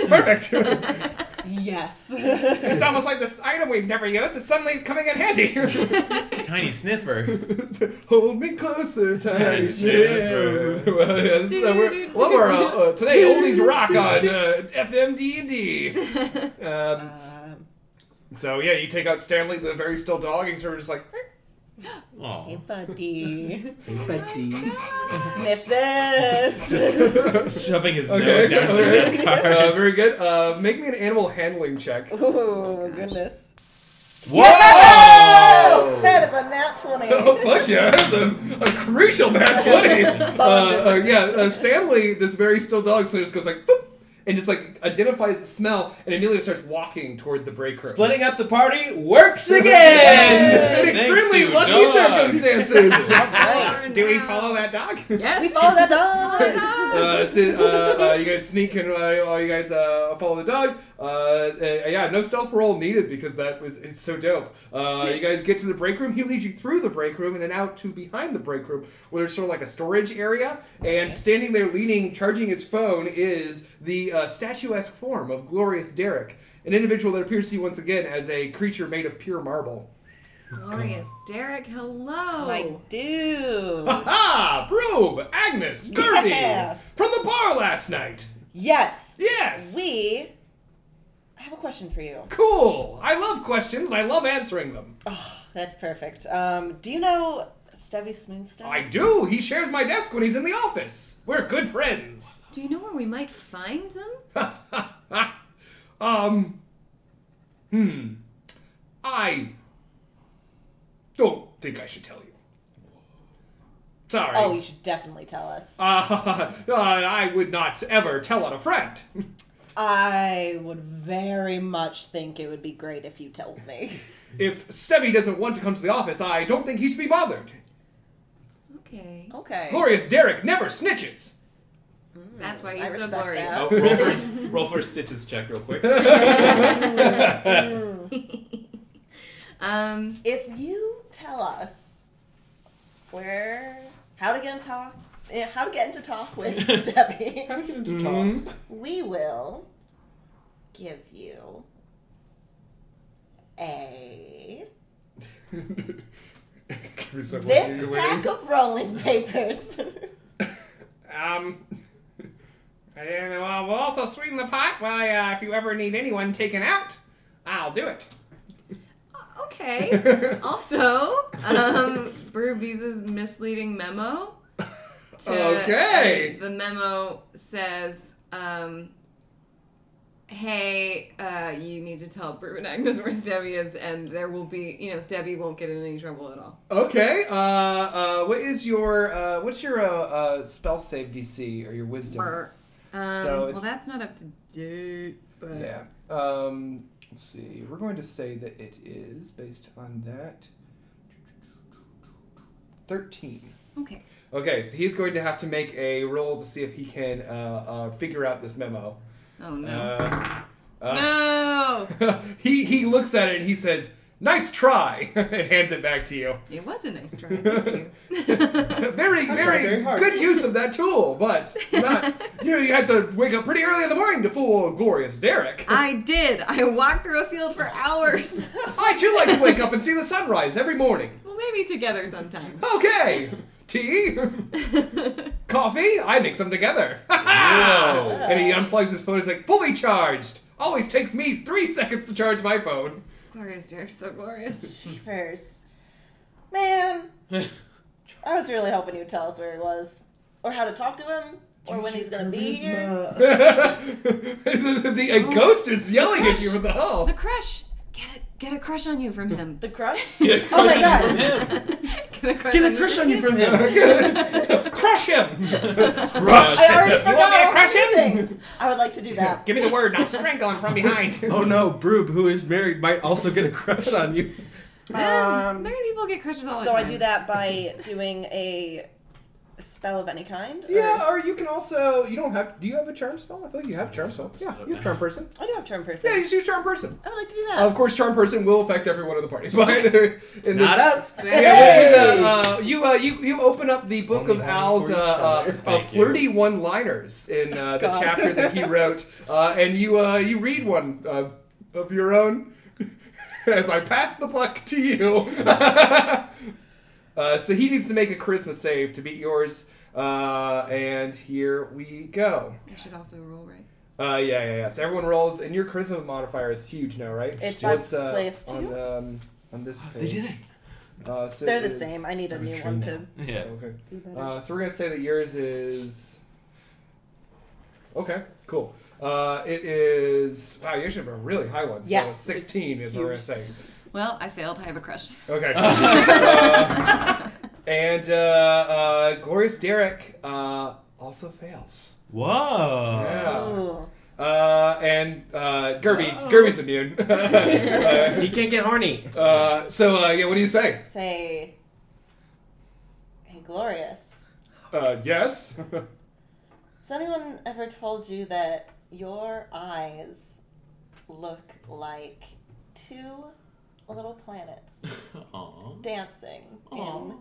Speaker 2: perfect.
Speaker 7: Yes.
Speaker 2: it's almost like this item we've never used is suddenly coming in handy.
Speaker 5: tiny sniffer.
Speaker 2: Hold me closer, tiny
Speaker 5: Tiny
Speaker 2: sniffer.
Speaker 5: sniffer.
Speaker 2: well, yeah, this is, uh, we're, well, we're, uh, uh, today oldies rock on uh, FMDD. Um,
Speaker 7: um,
Speaker 2: so yeah, you take out Stanley, the very still dog, and sort of just like.
Speaker 7: hey,
Speaker 5: Oh,
Speaker 7: buddy.
Speaker 6: Buddy.
Speaker 7: Sniff this.
Speaker 5: shoving his
Speaker 2: Okay.
Speaker 5: nose down the
Speaker 2: okay.
Speaker 5: desk card.
Speaker 2: Uh, very good. Uh, make me an animal handling check.
Speaker 7: Oh goodness.
Speaker 2: Whoa!
Speaker 7: That is a nat twenty.
Speaker 2: Oh fuck yeah! That's a, a crucial nat twenty. Uh, uh, yeah, uh, Stanley, this very still dog, so just goes like, boop, and just like identifies the smell, and immediately starts walking toward the break room.
Speaker 4: Splitting up the party works again!
Speaker 2: in
Speaker 5: Thanks
Speaker 2: extremely
Speaker 5: to
Speaker 2: lucky
Speaker 5: dogs.
Speaker 2: circumstances.
Speaker 3: Right.
Speaker 2: Do we follow that dog?
Speaker 3: Yes.
Speaker 7: We follow that dog.
Speaker 3: dog.
Speaker 2: Uh, so, uh, uh, you guys sneak and uh, all you guys uh, follow the dog. Uh, uh, yeah, no stealth roll needed because that was it's so dope. Uh, you guys get to the break room. He leads you through the break room and then out to behind the break room, where there's sort of like a storage area. And standing there, leaning, charging his phone, is the uh, statuesque form of Glorious Derek, an individual that appears to you once again as a creature made of pure marble.
Speaker 3: Glorious Derek, hello.
Speaker 7: Oh My dude.
Speaker 2: Ah, probe Agnes Gurney
Speaker 7: Yeah.
Speaker 2: from the bar last night.
Speaker 7: Yes.
Speaker 2: Yes.
Speaker 7: We. I have a question for you.
Speaker 2: Cool. I love questions and I love answering them.
Speaker 7: That's perfect. Um, do you know Stevie Smooth Stone?
Speaker 2: I do. He shares my desk when he's in the office. We're good friends.
Speaker 3: Do you know where we might find them?
Speaker 2: Um. Hmm. I don't think I should tell you. Sorry.
Speaker 7: Oh, you should definitely tell us.
Speaker 2: uh, I would not ever tell on a friend.
Speaker 7: I would very much think it would be great if you told me.
Speaker 2: If Stevie doesn't want to come to the office, I don't think he should be bothered.
Speaker 3: Okay.
Speaker 7: Okay.
Speaker 2: Glorious Derek never snitches.
Speaker 3: That's why
Speaker 7: I
Speaker 3: he's so
Speaker 7: respect
Speaker 3: glorious.
Speaker 7: that.
Speaker 5: Oh, roll, for, roll for stitches check real quick.
Speaker 7: Oh
Speaker 3: Um,
Speaker 7: If you tell us where, how to get in talk, eh, how to get into talk with Stevie,
Speaker 2: Mm.
Speaker 7: we will give you a
Speaker 2: Mm-hmm.
Speaker 7: this pack of rolling papers.
Speaker 2: Um. And uh, we'll also sweeten the pot. Well, uh, if you ever need anyone taken out, I'll do it.
Speaker 3: okay. also, um, Broob uses misleading memo. To,
Speaker 2: Okay.
Speaker 3: and The memo says, um, hey, uh, you need to tell Broob and Agnes where Stevie is, and there will be, you know, Stevie won't get in any trouble at all.
Speaker 2: Okay. Uh. Uh. What is your uh? What's your uh, uh spell save DC or your wisdom?
Speaker 3: Brr. Um,
Speaker 2: So it's-
Speaker 3: well, that's not up to date, but.
Speaker 2: Yeah. Um. Let's see. We're going to say that it is based on that. Thirteen.
Speaker 3: Okay.
Speaker 2: Okay, so he's going to have to make a roll to see if he can uh, uh, figure out this memo.
Speaker 3: Oh, no.
Speaker 2: Uh, uh,
Speaker 3: no!
Speaker 2: he he looks at it and he says, nice try, and hands it back to you.
Speaker 3: It was a nice try. Thank you.
Speaker 2: very, very,
Speaker 4: very hard.
Speaker 2: good use of that tool, but not, you know, you had to wake up pretty early in the morning to fool glorious Derek.
Speaker 3: I did. I walked through a field for hours.
Speaker 2: I too like to wake up and see the sunrise every morning.
Speaker 3: well, maybe together sometime.
Speaker 2: Okay, tea, coffee, I mix them together.
Speaker 5: Whoa.
Speaker 2: and he unplugs his phone. He's like, fully charged. Always takes me three seconds to charge my phone.
Speaker 3: glorious, Derek's so glorious.
Speaker 7: Jeepers. Man, I was really hoping you'd tell us where he was, or how to talk to him, or when he's gonna be here.
Speaker 2: the, the- a ghost is yelling at you from the hall.
Speaker 3: The crush. Get a get a crush on you from him.
Speaker 7: The crush?
Speaker 5: Get a
Speaker 7: Oh my
Speaker 5: crush
Speaker 7: God.
Speaker 5: on you from him.
Speaker 3: get a crush,
Speaker 6: Get a crush on you from him.
Speaker 2: Crush him!
Speaker 5: Crush.
Speaker 7: I already
Speaker 2: me to
Speaker 7: forgot all
Speaker 2: crush
Speaker 7: the
Speaker 2: him?
Speaker 7: things. I would like to do that.
Speaker 2: Give me the word, and I'll strangle him from behind.
Speaker 6: Oh no, Broob, who is married, might also get a crush on you.
Speaker 3: Man,
Speaker 7: Um,
Speaker 3: married people get crushes all the
Speaker 7: So I
Speaker 3: time.
Speaker 7: do that by doing a spell of any kind. or-
Speaker 2: Yeah, or you can also you don't have. Do you have a charm spell? I feel like you have charm spell. Yeah, you have charm person.
Speaker 7: I do have charm person.
Speaker 2: Yeah, you just use charm person.
Speaker 7: I would like to do that.
Speaker 2: Of course, charm person will affect everyone in the party, but in
Speaker 4: Not
Speaker 2: this,
Speaker 4: us.
Speaker 2: Yeah, but the, uh, you, uh, you you open up the book
Speaker 4: Only
Speaker 2: of
Speaker 4: one
Speaker 2: Al's
Speaker 4: for
Speaker 2: uh,
Speaker 4: each
Speaker 2: uh,
Speaker 4: other.
Speaker 2: uh,
Speaker 5: Thank you.
Speaker 2: flirty one-liners in uh, the
Speaker 7: God.
Speaker 2: chapter that he wrote, uh, and you uh, you read one uh, of your own as I pass the buck to you. uh, so he needs to make a charisma save to beat yours, uh, and here we go.
Speaker 3: I should also roll right.
Speaker 2: Uh, yeah, yeah, yeah. So everyone rolls, and your charisma modifier is huge now, right?
Speaker 7: It's
Speaker 2: So
Speaker 7: five
Speaker 2: what's, uh,
Speaker 7: plus two.
Speaker 2: on, um, on this page. Uh, so
Speaker 7: They're
Speaker 2: it
Speaker 7: the
Speaker 2: is-
Speaker 7: same. I need a
Speaker 6: Are we
Speaker 7: new
Speaker 6: sure
Speaker 7: one
Speaker 6: now?
Speaker 7: to
Speaker 5: Yeah.
Speaker 2: Okay.
Speaker 7: be better.
Speaker 2: Uh, so we're gonna say that yours is. Okay, cool. Uh, it is. Wow, you should have a really high one. So
Speaker 7: Yes,
Speaker 2: it's sixteen is what we're gonna say.
Speaker 3: Well, I failed. I have a crush.
Speaker 2: Okay. Uh, and uh, uh, glorious Derek uh, also fails.
Speaker 5: Whoa.
Speaker 2: Yeah.
Speaker 7: Ooh.
Speaker 2: Uh, and uh, Gerby, Gerby's immune. uh,
Speaker 6: He can't get horny.
Speaker 2: uh, so uh, yeah, what do you say?
Speaker 7: Say, hey, glorious.
Speaker 2: Uh, yes.
Speaker 7: Has anyone ever told you that your eyes look like two little planets
Speaker 5: Aw.
Speaker 7: dancing in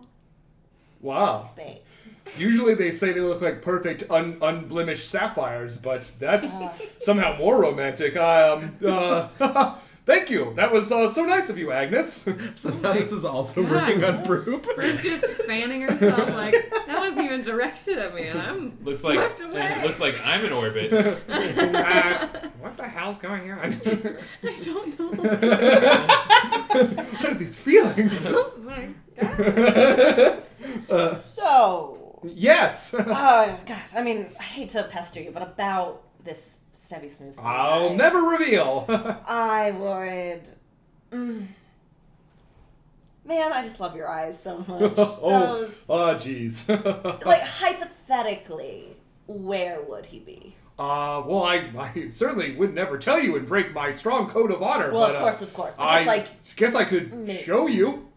Speaker 2: wow.
Speaker 7: space?
Speaker 2: Usually they say they look like perfect un- unblemished sapphires, but that's
Speaker 7: Ah.
Speaker 2: somehow more romantic. Um, uh, thank you. That was uh, so nice of you, Agnes.
Speaker 6: Somehow this is also working on Broob.
Speaker 3: Brooke's just fanning herself like that wasn't even directed at me, and I'm
Speaker 5: Looks like
Speaker 3: swept away.
Speaker 5: looks like I'm in orbit.
Speaker 2: Uh, what the hell's going on?
Speaker 3: I don't know.
Speaker 2: what are these feelings?
Speaker 3: oh my god.
Speaker 7: So,
Speaker 2: yes.
Speaker 7: oh god, I mean, I hate to pester you, but about this Stevie Smooth. song,
Speaker 2: I'll
Speaker 7: right?
Speaker 2: never reveal.
Speaker 7: I would. Mm. Man, I just love your eyes so much.
Speaker 2: oh,
Speaker 7: Those,
Speaker 2: oh, jeez. Oh.
Speaker 7: like hypothetically, where would he be?
Speaker 2: uh, well, I, I certainly would never tell you and break my strong code of honor.
Speaker 7: Well,
Speaker 2: but, uh,
Speaker 7: of course, of course. But
Speaker 2: I
Speaker 7: just like
Speaker 2: guess I could
Speaker 7: Maybe.
Speaker 2: show you.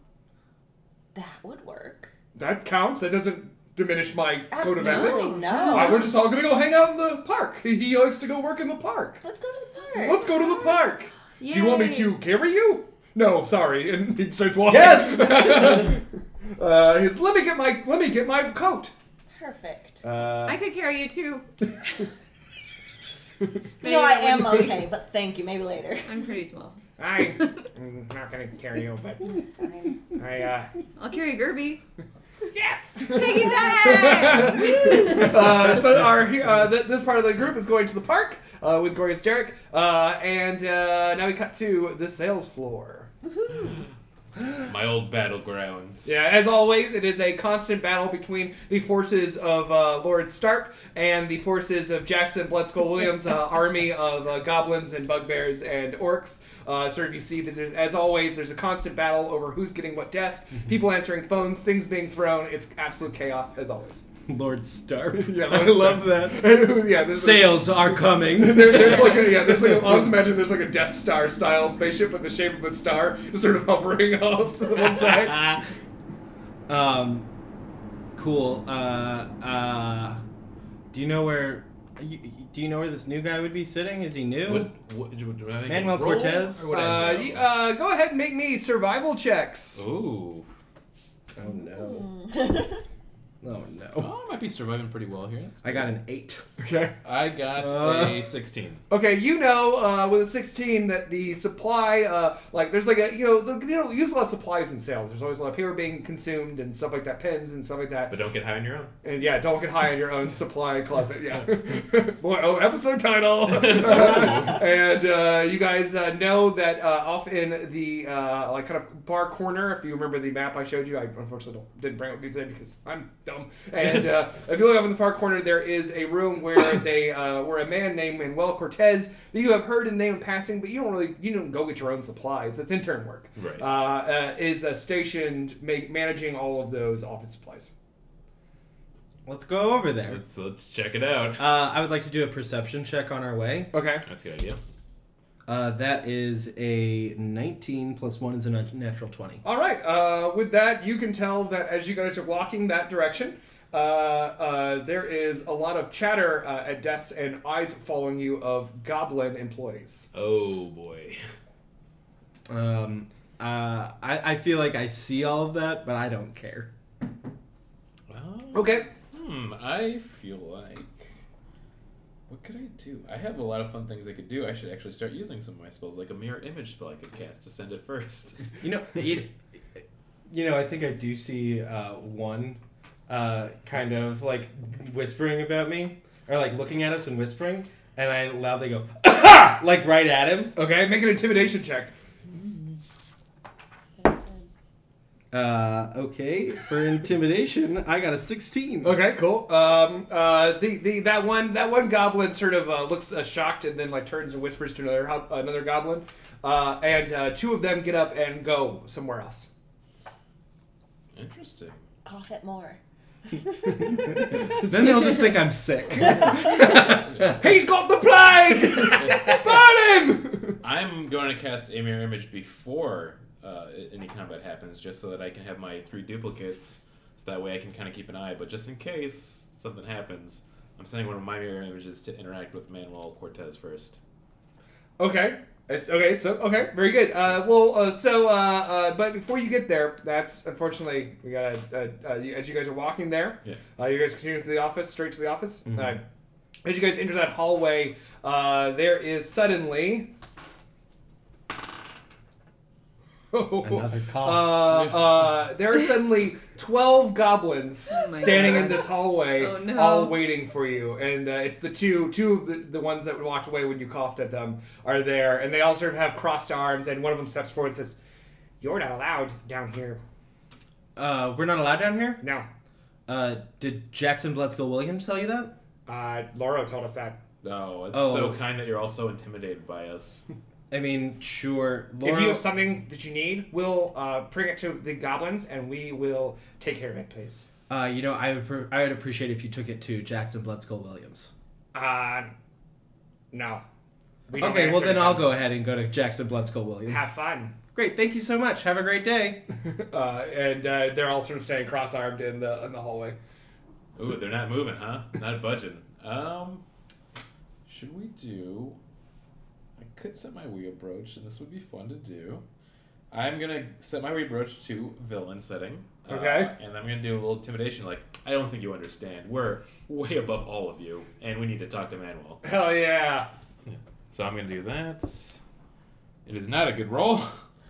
Speaker 7: that would work.
Speaker 2: That counts. That doesn't diminish my code of
Speaker 7: Absolutely
Speaker 2: ethics.
Speaker 7: no.
Speaker 2: Uh, we're just all gonna go hang out in the park. He- He likes to go work in the park.
Speaker 7: Let's go to the park.
Speaker 2: Let's go to the park. Do you want me
Speaker 3: Yay.
Speaker 2: to carry you? No, sorry. And he starts walking.
Speaker 4: Yes!
Speaker 2: uh, he's, let me get my let me get my coat.
Speaker 7: Perfect.
Speaker 2: Uh,
Speaker 3: I could carry you too. Maybe
Speaker 7: no, I
Speaker 3: that
Speaker 7: am
Speaker 3: wouldn't be-
Speaker 7: okay, but thank you. Maybe later.
Speaker 3: I'm pretty small.
Speaker 2: I, I'm not gonna carry you, but
Speaker 7: It's fine.
Speaker 2: I uh,
Speaker 3: I'll carry Gerby.
Speaker 2: yes.
Speaker 3: Piggyback!
Speaker 2: uh, so our he- uh, th- this part of the group is going to the park uh, with Glorious Derek, uh, and uh, now we cut to the sales floor.
Speaker 5: My old battlegrounds.
Speaker 2: Yeah, as always, it is a constant battle between the forces of uh, Lord Starp and the forces of Jackson Bloodskull Williams' uh, army of uh, goblins and bugbears and orcs. Uh, so if you see that, there's, as always, there's a constant battle over who's getting what desk, people answering phones, things being thrown. It's absolute chaos as always.
Speaker 6: Lord Starp.
Speaker 2: Yeah,
Speaker 6: I
Speaker 2: Lord
Speaker 6: love
Speaker 2: Starp.
Speaker 6: that.
Speaker 2: yeah, this is-
Speaker 6: Sales are coming.
Speaker 2: There, there's like a yeah, there's like a, I always imagine there's like a Death Star style spaceship with the shape of a star, just sort of hovering off to the one side.
Speaker 6: um, cool. Uh, uh, do you know where you, do you know where this new guy would be sitting? Is he new?
Speaker 5: Would, would, would, would I make a
Speaker 6: Manuel
Speaker 5: roll,
Speaker 6: Cortez?
Speaker 5: or
Speaker 2: Uh, uh,
Speaker 5: would I do
Speaker 2: y-
Speaker 5: it?
Speaker 2: uh, go ahead and make me survival checks.
Speaker 5: Ooh.
Speaker 4: Oh no.
Speaker 7: Mm.
Speaker 4: Oh no.
Speaker 5: Oh, I might be surviving pretty well here. That's
Speaker 6: I got an eight.
Speaker 2: Okay.
Speaker 5: I got
Speaker 6: Uh.
Speaker 5: a 16.
Speaker 2: Okay, you know uh, with a sixteen that the supply, uh, like there's like a you know the, you know use a lot of supplies in sales. There's always a lot of paper being consumed and stuff like that, pens and stuff like that.
Speaker 5: But don't get high on your own.
Speaker 2: And yeah, don't get high on your own supply closet. Yeah. Boy, oh, episode title. and uh, you guys uh, know that uh, off in the uh, like kind of far corner, if you remember the map I showed you, I unfortunately don't, didn't bring it with me today because I'm dumb. And uh, if you look up in the far corner, there is a room where they uh, where a man named Manuel Cortez that you have heard the name in passing, but you don't really you don't go get your own supplies. That's intern work.
Speaker 5: Right.
Speaker 2: Uh, uh, is uh, stationed ma- managing all of those office supplies.
Speaker 6: Let's go over there.
Speaker 5: Let's, let's check it out.
Speaker 6: Uh, I would like to do a perception check on our way.
Speaker 2: Okay.
Speaker 5: That's a good idea.
Speaker 6: Uh, that is a 19 plus 1 is a nat- natural 20.
Speaker 2: All right. Uh, with that, you can tell that as you guys are walking that direction, uh, uh, there is a lot of chatter uh, at desks and eyes following you of goblin employees.
Speaker 5: Oh, boy.
Speaker 6: Um, uh, I, I feel like I see all of that, but I don't care.
Speaker 5: Well,
Speaker 2: Okay.
Speaker 5: hmm, I feel like. What could I do? I have a lot of fun things I could do. I should actually start using some of my spells, like a mirror image spell I could cast to send it first.
Speaker 6: You know, it, you know, I think I do see uh, one uh, kind of like whispering about me, or like looking at us and whispering, and I loudly go, like right at him.
Speaker 2: Okay. Make an intimidation check.
Speaker 6: Uh, okay, for intimidation, I got a 16.
Speaker 2: Okay. Cool. Um, uh, the, the that one that one goblin sort of uh, looks uh, shocked and then like turns and whispers to another hob- another goblin, uh, and uh, two of them get up and go somewhere else.
Speaker 5: Interesting.
Speaker 7: Cough it more.
Speaker 6: Then they'll just think I'm sick.
Speaker 2: He's got the plague. Burn him.
Speaker 5: I'm going to cast a mirror image before uh, any combat happens, just so that I can have my three duplicates, so that way I can kind of keep an eye. But just in case something happens, I'm sending one of my mirror images to interact with Manuel Cortez first.
Speaker 2: Okay. It's okay. So okay, very good. Uh, well, uh, so uh, uh, but before you get there, that's unfortunately we gotta. Uh, uh, you- as you guys are walking there,
Speaker 5: Yeah.
Speaker 2: uh, you guys continue to the office, straight to the office. Uh, as you guys enter that hallway, uh, there is suddenly.
Speaker 6: Another
Speaker 2: Uh,
Speaker 6: cough.
Speaker 2: uh, there are suddenly 12 goblins
Speaker 3: Oh my
Speaker 2: standing in
Speaker 3: God.
Speaker 2: this hallway
Speaker 3: Oh, no.
Speaker 2: all waiting for you and uh, it's the two two of the, the ones that walked away when you coughed at them are there and they all sort of have crossed arms and one of them steps forward and says you're not allowed down here
Speaker 6: Uh, we're not allowed down here?
Speaker 2: no
Speaker 6: Uh, did Jackson Bledsoe Williams tell you that?
Speaker 2: uh, Laura told us that
Speaker 5: Oh, it's
Speaker 6: Oh.
Speaker 5: so kind that you're all so intimidated by us.
Speaker 6: I mean, sure. Laura,
Speaker 2: if you have something that you need we'll uh, bring it to the goblins and we will take care of it please
Speaker 6: uh, you know, I would, pr- I would appreciate if you took it to Jackson Bledsoe Williams.
Speaker 2: uh, no We don't
Speaker 6: Okay, well
Speaker 2: answer
Speaker 6: then
Speaker 2: to
Speaker 6: I'll
Speaker 2: them.
Speaker 6: go ahead and go to Jackson Bledsoe Williams.
Speaker 2: have fun
Speaker 6: Great, thank you so much. Have a great day.
Speaker 2: uh, and uh, they're all sort of standing cross-armed in the in the hallway.
Speaker 5: Ooh, they're not moving, huh? Not budging. Um, should we do? I could set my Wii brooch, and this would be fun to do. I'm gonna set my Wii brooch to villain setting. uh,
Speaker 2: Okay.
Speaker 5: and I'm gonna do a little intimidation. Like, I don't think you understand. We're way above all of you, and we need to talk to Manuel.
Speaker 2: Hell yeah!
Speaker 5: So I'm gonna do that. It is not a good roll,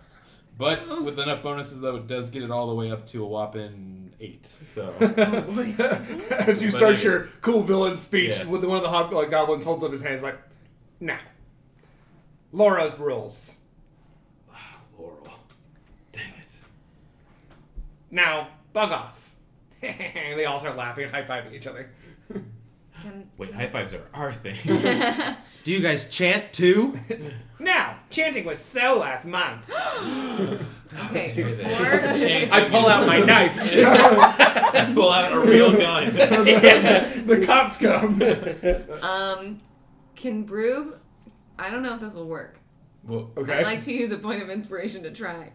Speaker 5: but with enough bonuses, though, it does get it all the way up to a whopping eight. So.
Speaker 2: As you
Speaker 5: But
Speaker 2: start
Speaker 5: anyway.
Speaker 2: your cool villain speech,
Speaker 5: Yeah.
Speaker 2: with one of the hobgoblins holds up his hands like, "No, Laura's rules.
Speaker 5: Laurel. Dang it.
Speaker 2: Now bug off." and they all start laughing and high fiving each other.
Speaker 3: Can,
Speaker 5: Wait, high fives are our thing.
Speaker 6: Do you guys chant too?
Speaker 2: Now chanting was so last month.
Speaker 3: okay,
Speaker 5: do that.
Speaker 3: before just
Speaker 5: I pull out my knife. I pull out a real gun.
Speaker 2: the cops come.
Speaker 3: Um, can Broob? I don't know if this will work.
Speaker 5: Well,
Speaker 2: Okay.
Speaker 3: I'd like to use a point of inspiration to try.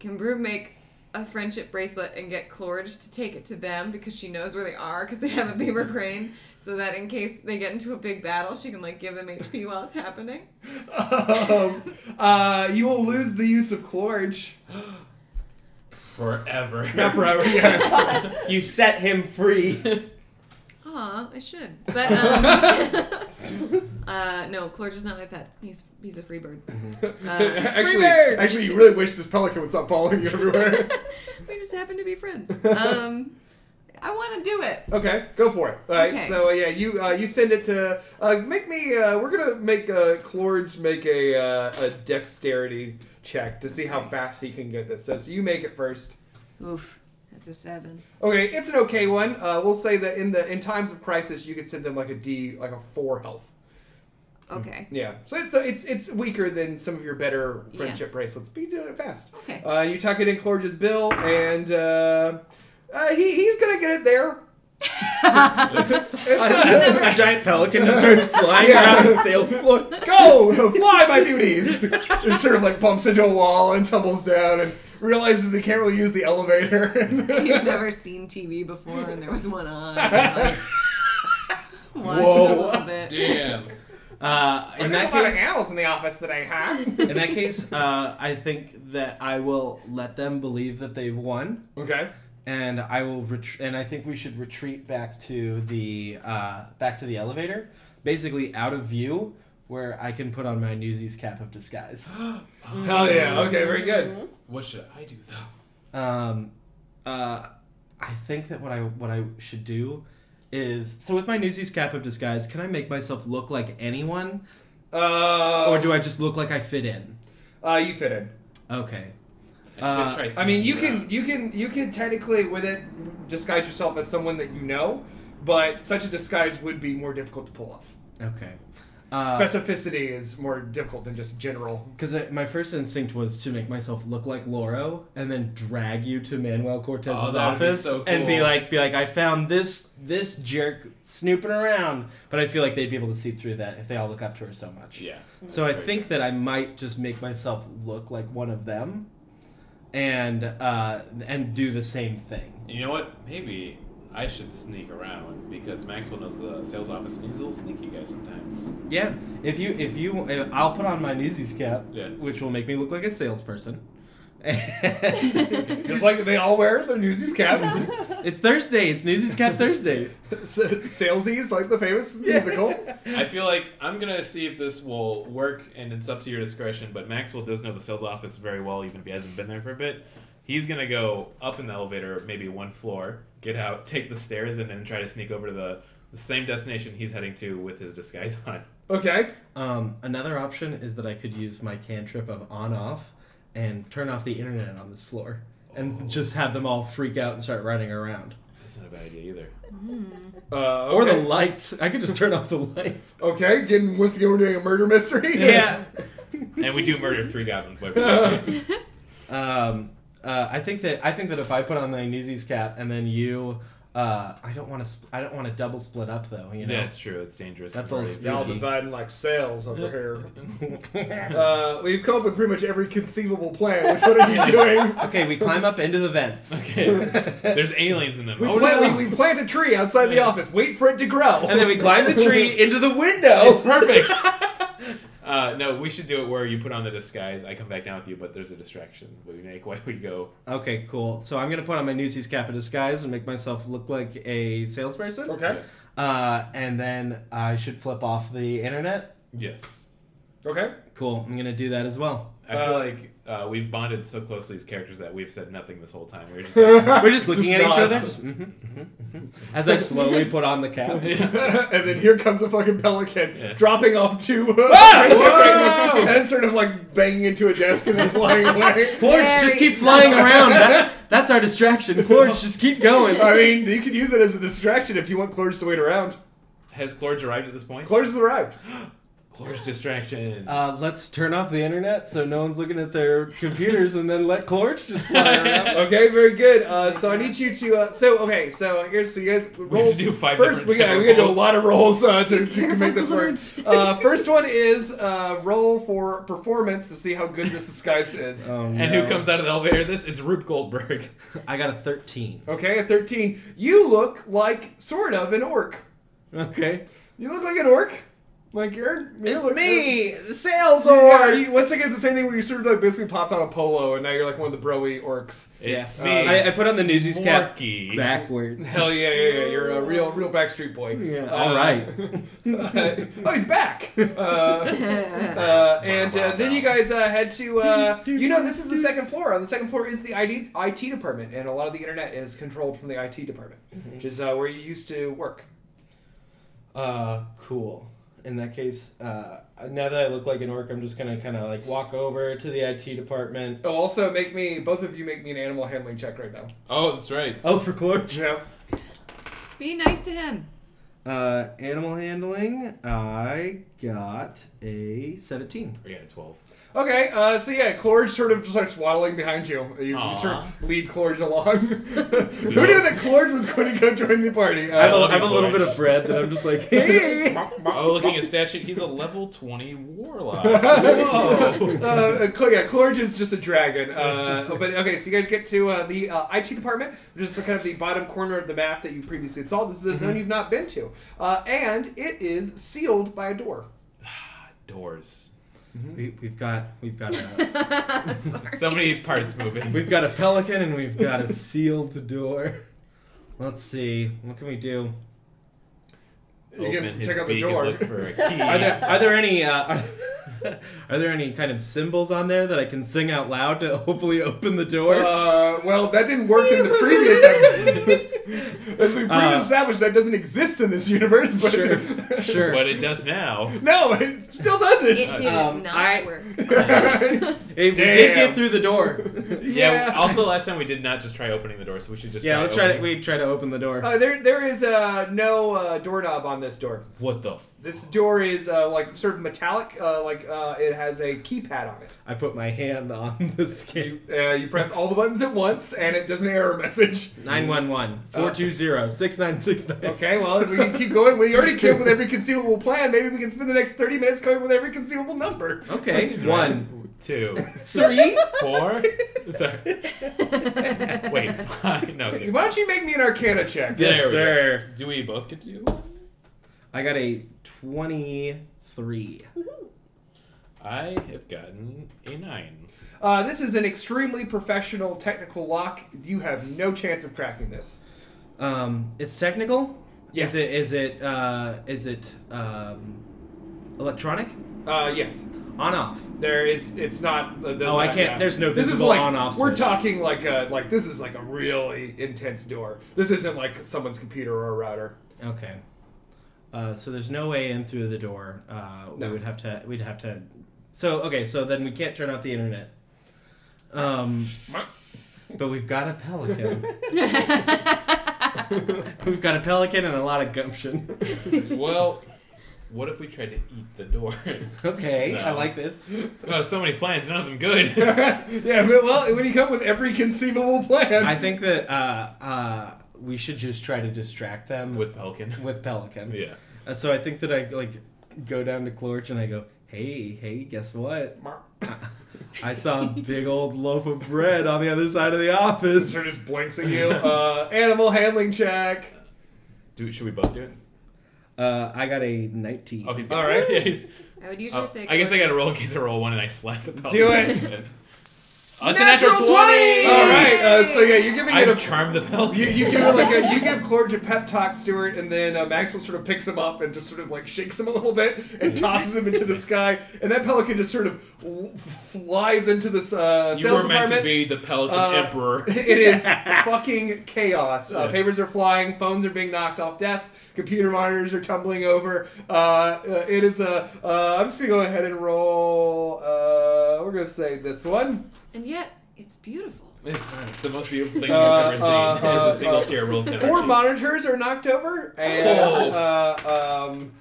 Speaker 3: Can Broob make a friendship bracelet and get Clorge to take it to them because she knows where they are because they have a beaver crane, so that in case they get into a big battle, she can like give them HP while it's happening.
Speaker 2: Um, uh, you will lose the use of Clorge.
Speaker 5: Forever.
Speaker 2: Not forever, yeah.
Speaker 6: You set him free.
Speaker 3: Aw, I should. But um, uh, no, Clorge is not my pet. He's he's a free bird.
Speaker 5: Mm-hmm.
Speaker 3: Uh, free
Speaker 2: actually,
Speaker 3: bird!
Speaker 2: actually,
Speaker 3: Just-
Speaker 2: you really wish this pelican would stop following you everywhere.
Speaker 3: we just happen to be friends. Um, I want to do it.
Speaker 2: Okay, go for it. All right,
Speaker 3: Okay.
Speaker 2: so uh, yeah, you uh, you send it to uh, make me. Uh, we're gonna make uh, Clorge make a uh, a dexterity check to see how fast he can get this. So, so you make it first.
Speaker 3: Oof, that's a seven.
Speaker 2: Okay, it's an okay one. Uh, we'll say that in the in times of crisis, you could send them like a D, like a four health.
Speaker 3: Okay.
Speaker 2: Yeah, so it's uh, it's it's weaker than some of your better friendship bracelets, but you're doing it fast.
Speaker 3: Okay.
Speaker 2: Uh, you tuck it in Clorge's bill, and uh, uh, he he's gonna get it there.
Speaker 6: a giant pelican just starts flying around the sales floor.
Speaker 2: go fly my beauties and sort of like bumps into a wall and tumbles down and realizes they can't really use the elevator
Speaker 3: You've never seen TV before, and there was one on. and, like, Watched a little bit.
Speaker 5: Damn.
Speaker 6: Uh, in
Speaker 2: there's a
Speaker 6: that
Speaker 2: lot of
Speaker 6: case,
Speaker 2: animals in the office today huh
Speaker 6: in that case, uh, I think that I will let them believe that they've won,
Speaker 2: okay
Speaker 6: and I will ret- and I think we should retreat back to the uh, back to the elevator, basically out of view, where I can put on my Newsies cap of disguise.
Speaker 2: hell yeah okay very good
Speaker 5: What should I do though?
Speaker 6: Um, uh, I think that what I what I should do is so with my Newsies cap of disguise, can I make myself look like anyone,
Speaker 2: uh,
Speaker 6: or do I just look like I fit in?
Speaker 2: uh you fit in
Speaker 6: Okay.
Speaker 5: I could
Speaker 6: Uh,
Speaker 5: try
Speaker 2: i mean you
Speaker 5: sneaking
Speaker 2: can you can you can technically with it disguise yourself as someone that you know but such a disguise would be more difficult to pull off
Speaker 6: Okay. Uh,
Speaker 2: specificity is more difficult than just general
Speaker 6: because my first instinct was to make myself look like Loro and then drag you to Manuel Cortez's
Speaker 5: Oh, that would be
Speaker 6: office
Speaker 5: so
Speaker 6: and be
Speaker 5: cool.
Speaker 6: like, be like, I found this this jerk snooping around. But I feel like they'd be able to see through that if they all look up to her so much.
Speaker 5: Yeah.
Speaker 6: So I think that I might just make myself look like one of them, and uh, and do the same thing.
Speaker 5: You know what? Maybe I should sneak around because Maxwell knows the sales office and he's a little sneaky guy sometimes.
Speaker 6: Yeah. If you if you uh, I'll put on my Newsies cap,
Speaker 5: Yeah.
Speaker 6: which will make me look like a salesperson. it's
Speaker 2: just like they all wear their newsies caps
Speaker 6: Thursday. It's Newsies Cap Thursday.
Speaker 2: salesies like the famous musical
Speaker 5: I feel like I'm gonna see if this will work, and it's up to your discretion. But Maxwell does know the sales office very well, even if he hasn't been there for a bit. He's gonna go up in the elevator, maybe one floor, get out, take the stairs, and then try to sneak over to the, the same destination he's heading to with his disguise on.
Speaker 2: Okay.
Speaker 6: Um, another option is that I could use my cantrip of on off and turn off the internet on this floor and just have them all freak out and start running around.
Speaker 5: That's not a bad idea either.
Speaker 2: Uh,
Speaker 6: Or the
Speaker 2: okay.
Speaker 6: lights. I could just turn off the lights.
Speaker 2: okay. Again, once again, we're doing a murder mystery.
Speaker 5: And we do murder three goblins. By forgetting.
Speaker 6: Um, uh, I think that I think that if I put on my Newsies cap and then you, uh, I don't want to. Sp- I don't want to double split up though. You know.
Speaker 5: yeah, it's true. It's dangerous.
Speaker 6: That's
Speaker 5: It's already-
Speaker 6: all sp-
Speaker 2: Y'all
Speaker 6: Spooky.
Speaker 2: dividing like cells over here. uh, we've come up with pretty much every conceivable plan. Which one are you doing?
Speaker 6: Okay, we climb up into the vents.
Speaker 5: okay. There's aliens in them.
Speaker 2: We,
Speaker 5: Oh,
Speaker 2: plant,
Speaker 5: no.
Speaker 2: we, we plant a tree outside the office. Wait for it to grow.
Speaker 6: And then we climb the tree into the
Speaker 5: It's
Speaker 6: window.
Speaker 5: perfect. Oh. uh, no, we should do it where you put on the disguise. I come back down with you, but there's a distraction. We make why we go.
Speaker 6: Okay, cool. So I'm gonna put on my Newsies cap of disguise and make myself look like a salesperson.
Speaker 2: okay.
Speaker 6: Uh, and then I should flip off the internet.
Speaker 5: Yes.
Speaker 2: Okay.
Speaker 6: Cool. I'm gonna do that as well.
Speaker 5: I
Speaker 2: Uh,
Speaker 5: feel like uh, we've bonded so closely as characters that we've said nothing this whole time. We We're just like,
Speaker 6: We're just looking
Speaker 2: Just
Speaker 6: at each other.
Speaker 2: nods.
Speaker 6: Just, mhm, mhm, mhm. As I slowly put on the cap.
Speaker 2: and then here comes a fucking pelican
Speaker 5: Yeah.
Speaker 2: dropping off two
Speaker 6: Whoa!
Speaker 2: and sort of like banging into a desk and then flying away.
Speaker 6: Clorge,
Speaker 3: Very
Speaker 6: just keep
Speaker 3: slow.
Speaker 6: flying around. That, that's our distraction. Clorge, just keep going.
Speaker 2: I mean, you could use it as a distraction if you want Clorge to wait around.
Speaker 5: has Clorge arrived at this point?
Speaker 2: Clorge has arrived.
Speaker 5: Glorious distraction.
Speaker 6: Uh, let's turn off the internet so no one's looking at their computers and then let Clorch just fly around.
Speaker 2: Okay, very good. Uh, so I need you to. Uh, so okay, so here's so you guys roll.
Speaker 5: we have to do five
Speaker 2: First,
Speaker 5: different
Speaker 2: we gotta,
Speaker 5: type
Speaker 2: we gotta do a
Speaker 5: rolls.
Speaker 2: lot of rolls uh, to, to make this work.
Speaker 3: Glitch.
Speaker 2: Uh, first one is uh, roll for performance to see how good this disguise is.
Speaker 6: Oh,
Speaker 5: And
Speaker 6: no.
Speaker 5: who comes out of the elevator? This it's Rube Goldberg.
Speaker 6: I got a 13.
Speaker 2: Okay, at 13, you look like sort of an orc.
Speaker 6: Okay.
Speaker 2: You look like an orc. Like you're. you look-
Speaker 6: the sales
Speaker 2: Yeah, you, once again, it's the same thing where you sort of like basically popped on a polo and now you're like one of the broy orcs.
Speaker 5: It's
Speaker 2: Yeah.
Speaker 5: me.
Speaker 2: Uh,
Speaker 6: I, I put on the newsies cap
Speaker 5: Morky.
Speaker 6: backwards.
Speaker 2: Hell yeah, yeah, yeah! You're a real, real Backstreet Boy.
Speaker 6: Yeah.
Speaker 2: Uh,
Speaker 6: All right.
Speaker 2: uh, oh, he's back. Uh, Uh, and uh, then you guys uh, head to uh, you know this is the second floor on the second floor is the ID, it department and a lot of the internet is controlled from the it department
Speaker 5: Mm-hmm.
Speaker 2: which is uh, where you used to work
Speaker 6: Uh, cool. In that case, uh, now that I look like an orc, I'm just gonna kind of like walk over to the IT department.
Speaker 2: oh also make me both of you make me an animal handling check right now
Speaker 5: Oh, that's right.
Speaker 6: Oh, for Clorch.
Speaker 2: yeah
Speaker 3: Be nice to him.
Speaker 6: Uh, animal handling. I got a 17.
Speaker 5: We got a twelve.
Speaker 2: okay uh, so yeah Clorge sort of just starts waddling behind you you, you
Speaker 5: Aw.
Speaker 2: sort of lead Clorge along who knew that Clorge was going to go join the party
Speaker 5: I have
Speaker 6: I
Speaker 5: a-
Speaker 2: uh,
Speaker 5: I have a little bit of
Speaker 6: bread that I'm just like,
Speaker 5: Oh, looking at stat sheet, he's a level twenty warlock. Whoa.
Speaker 2: uh, uh, Cl- yeah, Clorge is just a dragon. Uh, but okay, so you guys get to uh, the uh, IT department, which is the kind of the bottom corner of the map that you previously saw. This is
Speaker 5: Mm-hmm.
Speaker 2: a zone you've not been to, uh, and it is sealed by a door.
Speaker 5: Doors.
Speaker 6: we, we've got we've got a
Speaker 5: So many parts moving.
Speaker 6: we've got a pelican and we've got a sealed door. Let's see, what can we do?
Speaker 2: You
Speaker 5: Open
Speaker 2: can
Speaker 5: his
Speaker 2: check out the
Speaker 5: beak and
Speaker 2: door.
Speaker 5: look for a key.
Speaker 6: Are there are there any uh, are, are there any kind of symbols on there that I can sing out loud to hopefully open the door?
Speaker 2: Uh, well, that didn't work in the previous. ep- As we previously
Speaker 6: Uh,
Speaker 2: established, that doesn't exist in this universe. But
Speaker 6: sure, sure.
Speaker 5: But it does now.
Speaker 2: no, it still doesn't.
Speaker 3: It did
Speaker 6: Um,
Speaker 3: not
Speaker 6: I-
Speaker 3: work.
Speaker 6: Hey, we did
Speaker 2: Damn.
Speaker 6: get through the door.
Speaker 5: Yeah. Also, last time we did not just try opening the door, so we should just
Speaker 6: yeah, let's try to
Speaker 5: opening-
Speaker 6: we try to open the door.
Speaker 2: Uh, there, there is uh, no uh, doorknob on this door.
Speaker 5: What the? F-
Speaker 2: This door is uh, like sort of metallic, uh, like uh, it has a keypad on it.
Speaker 6: I put my hand on this
Speaker 2: You,
Speaker 6: game.
Speaker 2: uh, you press all the buttons at once, and it does an error message.
Speaker 6: 911 420 6969.
Speaker 2: Uh, Okay, well, we can keep going. We already came up with every conceivable plan. Maybe we can spend the next 30 minutes coming up with every conceivable number.
Speaker 6: Okay, one,
Speaker 5: two,
Speaker 6: three.
Speaker 5: four. Sorry. Wait. Five. No.
Speaker 2: Why don't you make me an arcana check?
Speaker 5: Yeah. There
Speaker 6: Yes,
Speaker 5: we go.
Speaker 6: sir.
Speaker 5: Do we both get to do?
Speaker 6: I got a 23.
Speaker 5: I have gotten a nine.
Speaker 2: Uh, this is an extremely professional technical lock. You have no chance of cracking this.
Speaker 6: Um, it's technical.
Speaker 2: Yeah.
Speaker 6: Is it? Is it? Uh, is it? Um, electronic?
Speaker 2: Uh, yes.
Speaker 6: On off.
Speaker 2: There is. It's not. Uh, there's
Speaker 6: Oh, I
Speaker 2: not-
Speaker 6: can't-
Speaker 2: yeah.
Speaker 6: there's no
Speaker 2: This is
Speaker 6: visible
Speaker 2: like
Speaker 6: on-off
Speaker 2: we're
Speaker 6: switch.
Speaker 2: talking like a like this is like a really intense door. This isn't like someone's computer or a router.
Speaker 6: Okay. Uh, so there's no way in through the door. Uh,
Speaker 2: No.
Speaker 6: We would have to. We'd have to. So okay. So then we can't turn off the internet. Um, but we've got a pelican. we've got a pelican and a lot of gumption.
Speaker 5: Well, what if we tried to eat the door?
Speaker 6: Okay, I
Speaker 5: No.
Speaker 6: like this.
Speaker 5: oh, so many plans, none of them good.
Speaker 2: yeah, but well, when you come with every conceivable plan,
Speaker 6: I think that uh, uh, we should just try to distract them
Speaker 5: With Pelican.
Speaker 6: with pelican.
Speaker 5: Yeah.
Speaker 6: Uh, so I think that I like go down to Clorch and I go, hey, hey, guess what? I saw a big old loaf of bread on the other side of the office.
Speaker 2: sort of just blinks at you. Uh, animal handling check.
Speaker 5: Do should we both do it?
Speaker 6: Uh, I got a 19.
Speaker 5: Oh, he's
Speaker 2: All right.
Speaker 5: Yeah, he's,
Speaker 3: I would usually
Speaker 5: oh,
Speaker 3: say.
Speaker 5: I guess I got to roll in case I roll one and I slap the Pelican.
Speaker 2: Do
Speaker 5: it. Oh, it's a natural, 20!
Speaker 2: All right. Uh, so yeah, you're giving it a
Speaker 5: I've charmed the Pelican.
Speaker 2: You, you give it like a you give Clorge a pep talk, Stuart, and then uh, Maxwell sort of picks him up and just sort of like shakes him a little bit
Speaker 5: Mm-hmm.
Speaker 2: and tosses him into the sky, and that pelican just sort of w- flies into this uh,
Speaker 5: You
Speaker 2: sales
Speaker 5: were meant to
Speaker 2: department.
Speaker 5: be the Pelican
Speaker 2: Uh,
Speaker 5: Emperor.
Speaker 2: It is fucking chaos. Uh,
Speaker 5: Yeah.
Speaker 2: papers are flying, phones are being knocked off desks, computer monitors are tumbling over. Uh, uh, it is a. Uh, I'm just gonna go ahead and roll. Uh, we're gonna say this one.
Speaker 3: And yet, it's beautiful.
Speaker 5: It's the most beautiful thing
Speaker 2: Uh,
Speaker 5: I've ever seen.
Speaker 2: uh, uh,
Speaker 5: is a single
Speaker 2: uh,
Speaker 5: tier rules down.
Speaker 2: Four
Speaker 5: Jeez.
Speaker 2: monitors are knocked over, and
Speaker 5: Oh.
Speaker 2: uh, um,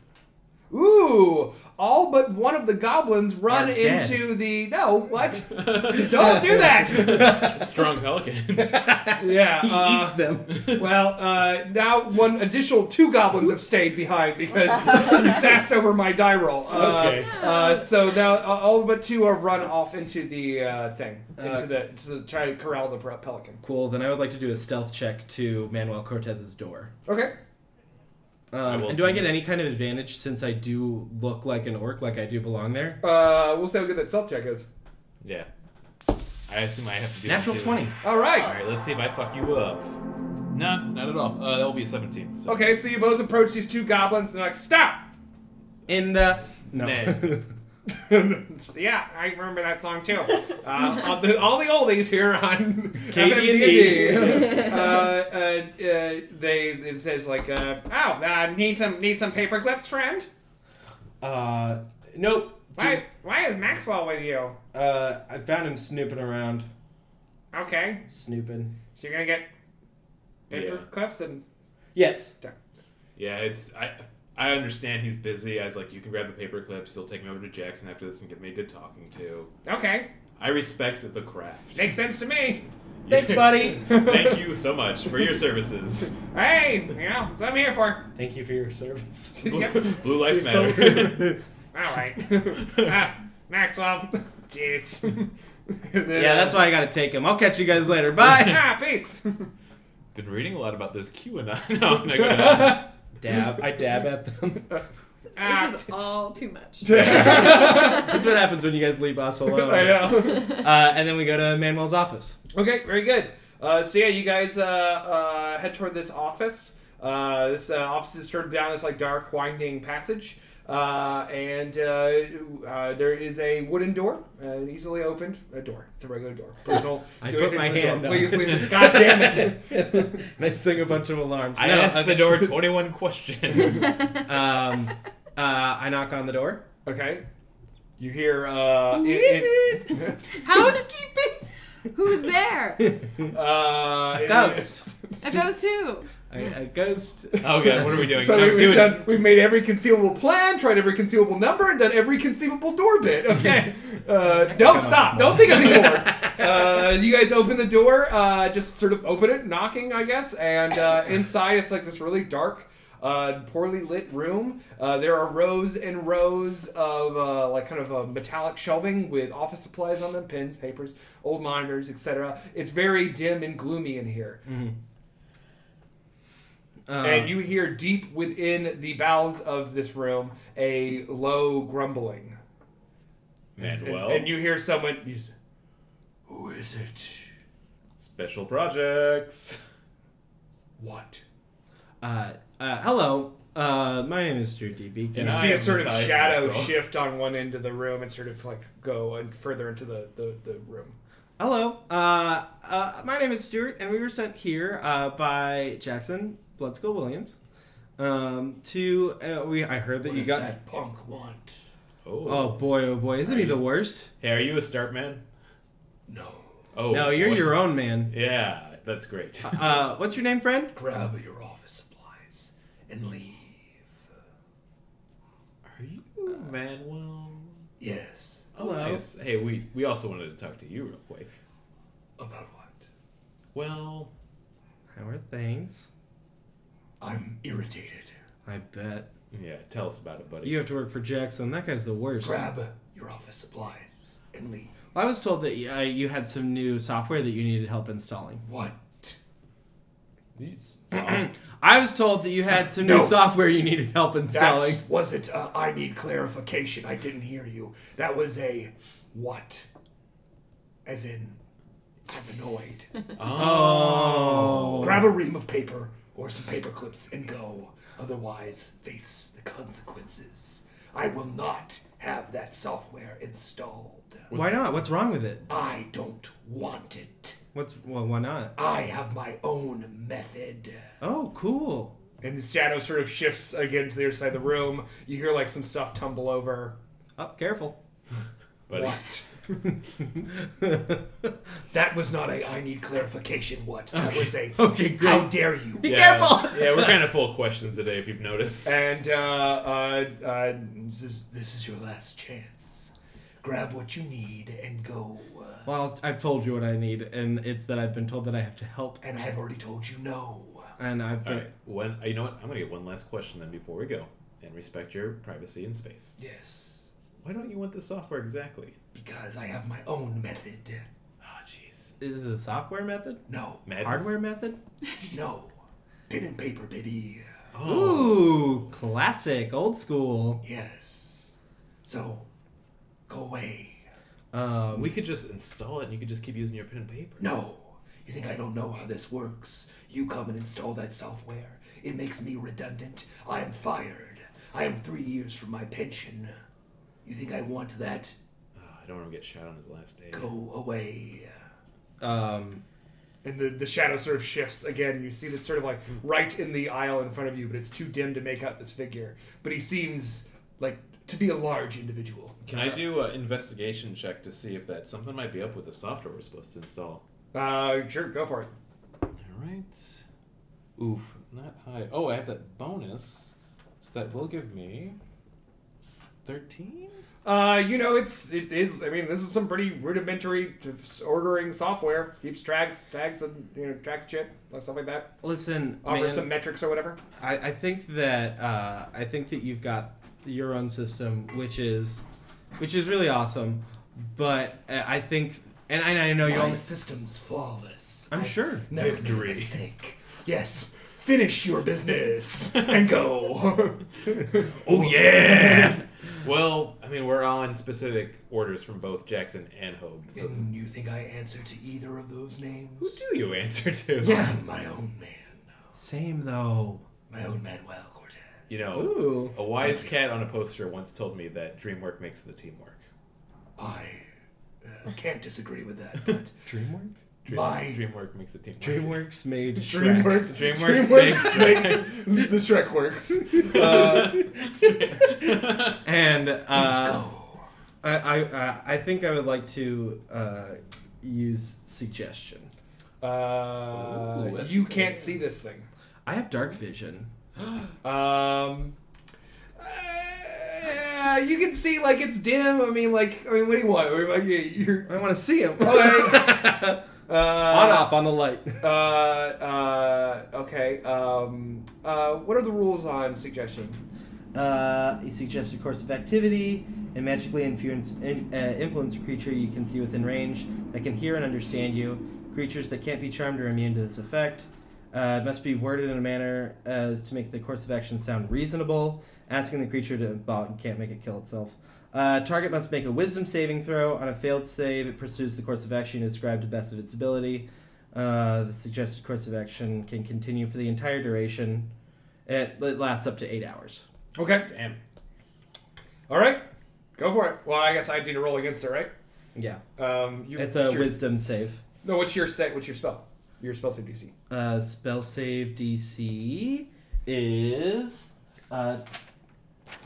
Speaker 2: Ooh, all but one of the goblins run
Speaker 6: Are dead.
Speaker 2: into the. No, what? Don't do that!
Speaker 5: Strong pelican.
Speaker 2: yeah.
Speaker 6: He
Speaker 2: uh,
Speaker 6: eats them.
Speaker 2: Well, uh, now one additional two goblins have stayed behind because he sassed over my die roll. Uh,
Speaker 6: Okay.
Speaker 2: Uh, so now uh, all but two are run off into the uh, thing, into
Speaker 6: Uh,
Speaker 2: the to try to corral the pe- pelican.
Speaker 6: Cool. Then I would like to do a stealth check to Manuel Cortez's door.
Speaker 2: Okay.
Speaker 6: Um,
Speaker 5: will
Speaker 6: and do I
Speaker 5: do
Speaker 6: get any kind of advantage since I do look like an orc, like I do belong there?
Speaker 2: Uh, we'll see how good that self check is.
Speaker 5: yeah. I assume I have to do that
Speaker 6: Natural
Speaker 5: too.
Speaker 6: twenty.
Speaker 2: All right.
Speaker 5: Alright, let's see if I fuck you up. No, not at all. Uh, that will be a 17. So.
Speaker 2: Okay, so you both approach these two goblins. And they're like, "Stop!"
Speaker 6: In the no.
Speaker 5: Nay.
Speaker 2: yeah, I remember that song too. Uh, all, the, all the oldies here on
Speaker 5: KD&D.
Speaker 2: FMD&D. uh, uh, uh, they it says like, uh, "Oh, uh, need some need some paper clips, friend."
Speaker 6: uh, nope.
Speaker 2: Why why is Maxwell with you?
Speaker 6: Just, uh, I found him snooping around.
Speaker 2: Okay,
Speaker 6: Snooping.
Speaker 2: so you're gonna get paper
Speaker 5: Yeah.
Speaker 2: clips and
Speaker 6: Yes.
Speaker 5: Yeah, it's I. I understand he's busy. I was like, you can grab the paper clips. He'll take me over to Jackson after this and give me a good talking to.
Speaker 2: okay,
Speaker 5: I respect the craft.
Speaker 2: makes sense to me.
Speaker 6: Thanks, buddy.
Speaker 5: Thank you so much for your services.
Speaker 2: Hey, you know, that's what I'm here for.
Speaker 6: Thank you for your service.
Speaker 2: Yep.
Speaker 5: Blue, blue lives
Speaker 6: So-
Speaker 5: matter.
Speaker 2: All right, Ah, Maxwell. Jeez.
Speaker 6: yeah, that's why I gotta take him. I'll catch you guys later. Bye.
Speaker 2: Ah, peace.
Speaker 5: Been reading a lot about this QAnon. No, I'm not gonna-
Speaker 6: dab. I dab at them.
Speaker 2: Ah,
Speaker 3: This is all too much.
Speaker 6: That's what happens when you guys leave us alone.
Speaker 2: I know.
Speaker 6: Uh, and then we go to Manuel's office.
Speaker 2: Okay, very good. Uh, so yeah, you guys uh, uh, head toward this office. Uh, this uh, office is sort of down this like dark, winding passage, uh, and uh, uh, there is a wooden door, uh, easily opened. A door. It's a regular door. Please don't
Speaker 6: I
Speaker 2: do anything
Speaker 6: put my
Speaker 2: to the door.
Speaker 6: hand on
Speaker 2: Please
Speaker 6: it.
Speaker 2: leave. God damn it!
Speaker 6: and I sing a bunch of alarms.
Speaker 5: I
Speaker 6: No,
Speaker 5: asked
Speaker 6: uh,
Speaker 5: the door 21 questions.
Speaker 6: Um, uh, I knock on the door.
Speaker 2: Okay. You hear? Uh,
Speaker 3: Who
Speaker 2: in-
Speaker 3: is
Speaker 2: in-
Speaker 3: Housekeeping. Who's there?
Speaker 2: Uh, in-
Speaker 6: Ghost.
Speaker 3: A ghost too.
Speaker 6: I, I ghost.
Speaker 5: Oh god, what are we doing?
Speaker 2: So
Speaker 5: No,
Speaker 2: we,
Speaker 5: do
Speaker 2: we've
Speaker 5: it.
Speaker 2: done. We've made every conceivable plan, tried every conceivable number, and done every conceivable door bit. Okay, uh,
Speaker 6: Come
Speaker 2: don't
Speaker 6: on.
Speaker 2: stop. Don't think of any more. Uh, you guys open the door, uh, just sort of open it, knocking, I guess, and uh, inside it's like this really dark. Uh, poorly lit room. Uh, there are rows and rows of uh, like kind of a metallic shelving with office supplies on them, pens, papers, old monitors, etc. It's very dim and gloomy in here
Speaker 6: Um,
Speaker 5: Uh.
Speaker 2: and you hear deep within the bowels of this room a low grumbling. And,
Speaker 5: Manuel.
Speaker 2: and you hear someone. You s- Who is it?
Speaker 5: Special projects.
Speaker 2: What?
Speaker 6: uh, uh, hello. Uh, my name is Drew D. Beacon.
Speaker 5: And
Speaker 2: You
Speaker 5: I
Speaker 2: see a
Speaker 5: am
Speaker 2: sort of
Speaker 5: Matthias
Speaker 2: shadow
Speaker 5: Maxwell.
Speaker 2: shift on one end of the room and sort of like go and further into the, the, the room.
Speaker 6: Hello. Uh, uh, my name is Stuart, and we were sent here uh, by Jackson Bloodskill Williams. Um, to uh, we, I heard that you got.
Speaker 2: that punk want?
Speaker 5: Oh.
Speaker 6: Oh boy, oh boy, isn't he the worst?
Speaker 5: Hey, are you a start man?
Speaker 2: No.
Speaker 5: Oh.
Speaker 6: No, you're
Speaker 5: what-
Speaker 6: your own man.
Speaker 5: Yeah, that's great.
Speaker 6: Uh, what's your name, friend?
Speaker 2: Grab your office supplies and leave.
Speaker 5: Are you Manuel?
Speaker 2: Yes.
Speaker 6: Hello.
Speaker 5: Nice. Hey, we we also wanted to talk to you real quick.
Speaker 2: About what?
Speaker 5: Well,
Speaker 6: How are things?
Speaker 2: I'm irritated.
Speaker 6: I bet.
Speaker 5: yeah, tell us about it, buddy.
Speaker 6: You have to work for Jackson. That guy's the worst.
Speaker 2: your office supplies and leave.
Speaker 6: I was told that uh, you had some new software that you needed help installing.
Speaker 2: What?
Speaker 5: These soft-
Speaker 6: I was told that you had some
Speaker 2: No.
Speaker 6: new software you needed help installing.
Speaker 2: That wasn't. Uh, I need clarification. I didn't hear you. That was a what? As in, I'm annoyed.
Speaker 6: Oh.
Speaker 2: Grab a ream of paper or some paper clips and go. Otherwise, face the consequences. I will not have that software installed.
Speaker 6: Why not? What's wrong with it?
Speaker 2: I don't want it.
Speaker 6: What's well? Why not?
Speaker 2: I have my own method.
Speaker 6: Oh, cool.
Speaker 2: And the shadow sort of shifts again to the other side of the room. You hear like some stuff tumble over.
Speaker 6: Up, Oh, careful.
Speaker 5: But
Speaker 2: What? that was not a I need clarification what. That was a
Speaker 5: Okay, great.
Speaker 2: how dare you.
Speaker 5: yeah,
Speaker 3: careful!
Speaker 5: yeah, we're kind of full of questions today, if you've noticed.
Speaker 2: And uh, uh, uh, this, is, this is your last chance. Grab what you need and go. Uh,
Speaker 6: Well, I've told you what I need, and it's that I've been told that I have to help,
Speaker 2: and I have already told you no.
Speaker 6: and I've
Speaker 5: All
Speaker 6: been.
Speaker 5: right, when you know what? I'm gonna get one last question then before we go, and respect your privacy and space.
Speaker 2: Yes,
Speaker 5: Why don't you want the software exactly?
Speaker 2: because I have my own method.
Speaker 5: Oh, jeez.
Speaker 6: Is it a software method?
Speaker 2: No,
Speaker 5: Madness.
Speaker 6: Hardware method?
Speaker 2: no. Pen and paper, baby.
Speaker 5: Oh,
Speaker 6: Ooh, classic, old school.
Speaker 2: Yes. So, go away.
Speaker 6: Um,
Speaker 5: we could just install it, and you could just keep using your pen and paper.
Speaker 2: No. You think I don't know how this works? You come and install that software. It makes me redundant. I am fired. I am three years from my pension. You think I want that?
Speaker 5: Ah, I don't want him to get shot on his last day.
Speaker 2: Go away.
Speaker 6: um,
Speaker 2: And the, the shadow sort of shifts again, and you see that sort of like right in the aisle in front of you, but it's too dim to make out this figure. But he seems like to be a large individual.
Speaker 5: Can I do an investigation check to see if that something might be up with the software we're supposed to install?
Speaker 2: Uh, sure, go for it.
Speaker 5: All right. Oof, not high. Oh, I have that bonus, so that will give me thirteen.
Speaker 2: Uh, you know, it's it is. I mean, this is some pretty rudimentary to ordering software. Keeps tracks, tags, and you know, track shit, like stuff like that.
Speaker 6: listen,
Speaker 2: Offers
Speaker 6: man,
Speaker 2: some metrics or whatever.
Speaker 6: I, I think that uh, I think that you've got your own system, which is, which is really awesome. But uh, I I think, and I, I know you only.
Speaker 2: system's flawless.
Speaker 6: I'm sure.
Speaker 2: Never made a
Speaker 5: Victory.
Speaker 2: mistake. Yes, finish your business and go.
Speaker 5: Oh yeah. well, I mean, we're on specific orders from both Jackson and Hope. So
Speaker 2: and you think I answer to either of those
Speaker 5: who
Speaker 2: names?
Speaker 5: do you answer to?
Speaker 2: Yeah, I'm my own man,
Speaker 6: Same though.
Speaker 2: my own Manuel Cortez.
Speaker 5: You know,
Speaker 6: Ooh.
Speaker 5: a wise cat on a poster once told me that dream work makes the team work.
Speaker 2: I uh, can't disagree with that. But
Speaker 6: DreamWorks.
Speaker 5: Dream,
Speaker 2: My-
Speaker 5: dream work makes the team work.
Speaker 6: DreamWorks made Shrek.
Speaker 2: DreamWorks,
Speaker 5: DreamWorks
Speaker 2: DreamWorks makes the Shrek works. Uh,
Speaker 6: And
Speaker 2: Let's
Speaker 6: uh,
Speaker 2: go.
Speaker 6: I, I, uh, I- I think I would like to uh, use suggestion.
Speaker 2: Uh,
Speaker 5: Ooh, that's
Speaker 2: you
Speaker 5: good.
Speaker 2: can't see this thing.
Speaker 6: I have dark vision.
Speaker 2: Um, uh, you can see like it's dim. I mean, like I mean, what do you want? I mean, like, you- you're
Speaker 6: I want to see him.
Speaker 2: Okay. uh,
Speaker 6: On off on the light.
Speaker 2: Uh, uh, okay. Um, uh, what are the rules on suggestion?
Speaker 6: Uh, he suggests a course of activity and magically influence, in, uh, influence a creature you can see within range that can hear and understand you. Creatures that can't be charmed are immune to this effect. Uh, it must be worded in a manner as to make the course of action sound reasonable. Asking the creature to well, you can't make it kill itself. Uh, target must make a Wisdom saving throw. On a failed save, it pursues the course of action you described to the best of its ability. Uh, the suggested course of action can continue for the entire duration. It, it lasts up to eight hours.
Speaker 2: Okay.
Speaker 5: Damn.
Speaker 2: All right. Go for it. Well, I guess I need to roll against it, right?
Speaker 6: Yeah,
Speaker 2: Um, you,
Speaker 6: it's
Speaker 2: what's
Speaker 6: a
Speaker 2: your,
Speaker 6: wisdom save.
Speaker 2: No, what's your set? What's your spell? Your spell save DC.
Speaker 6: Uh, spell save DC is. Uh,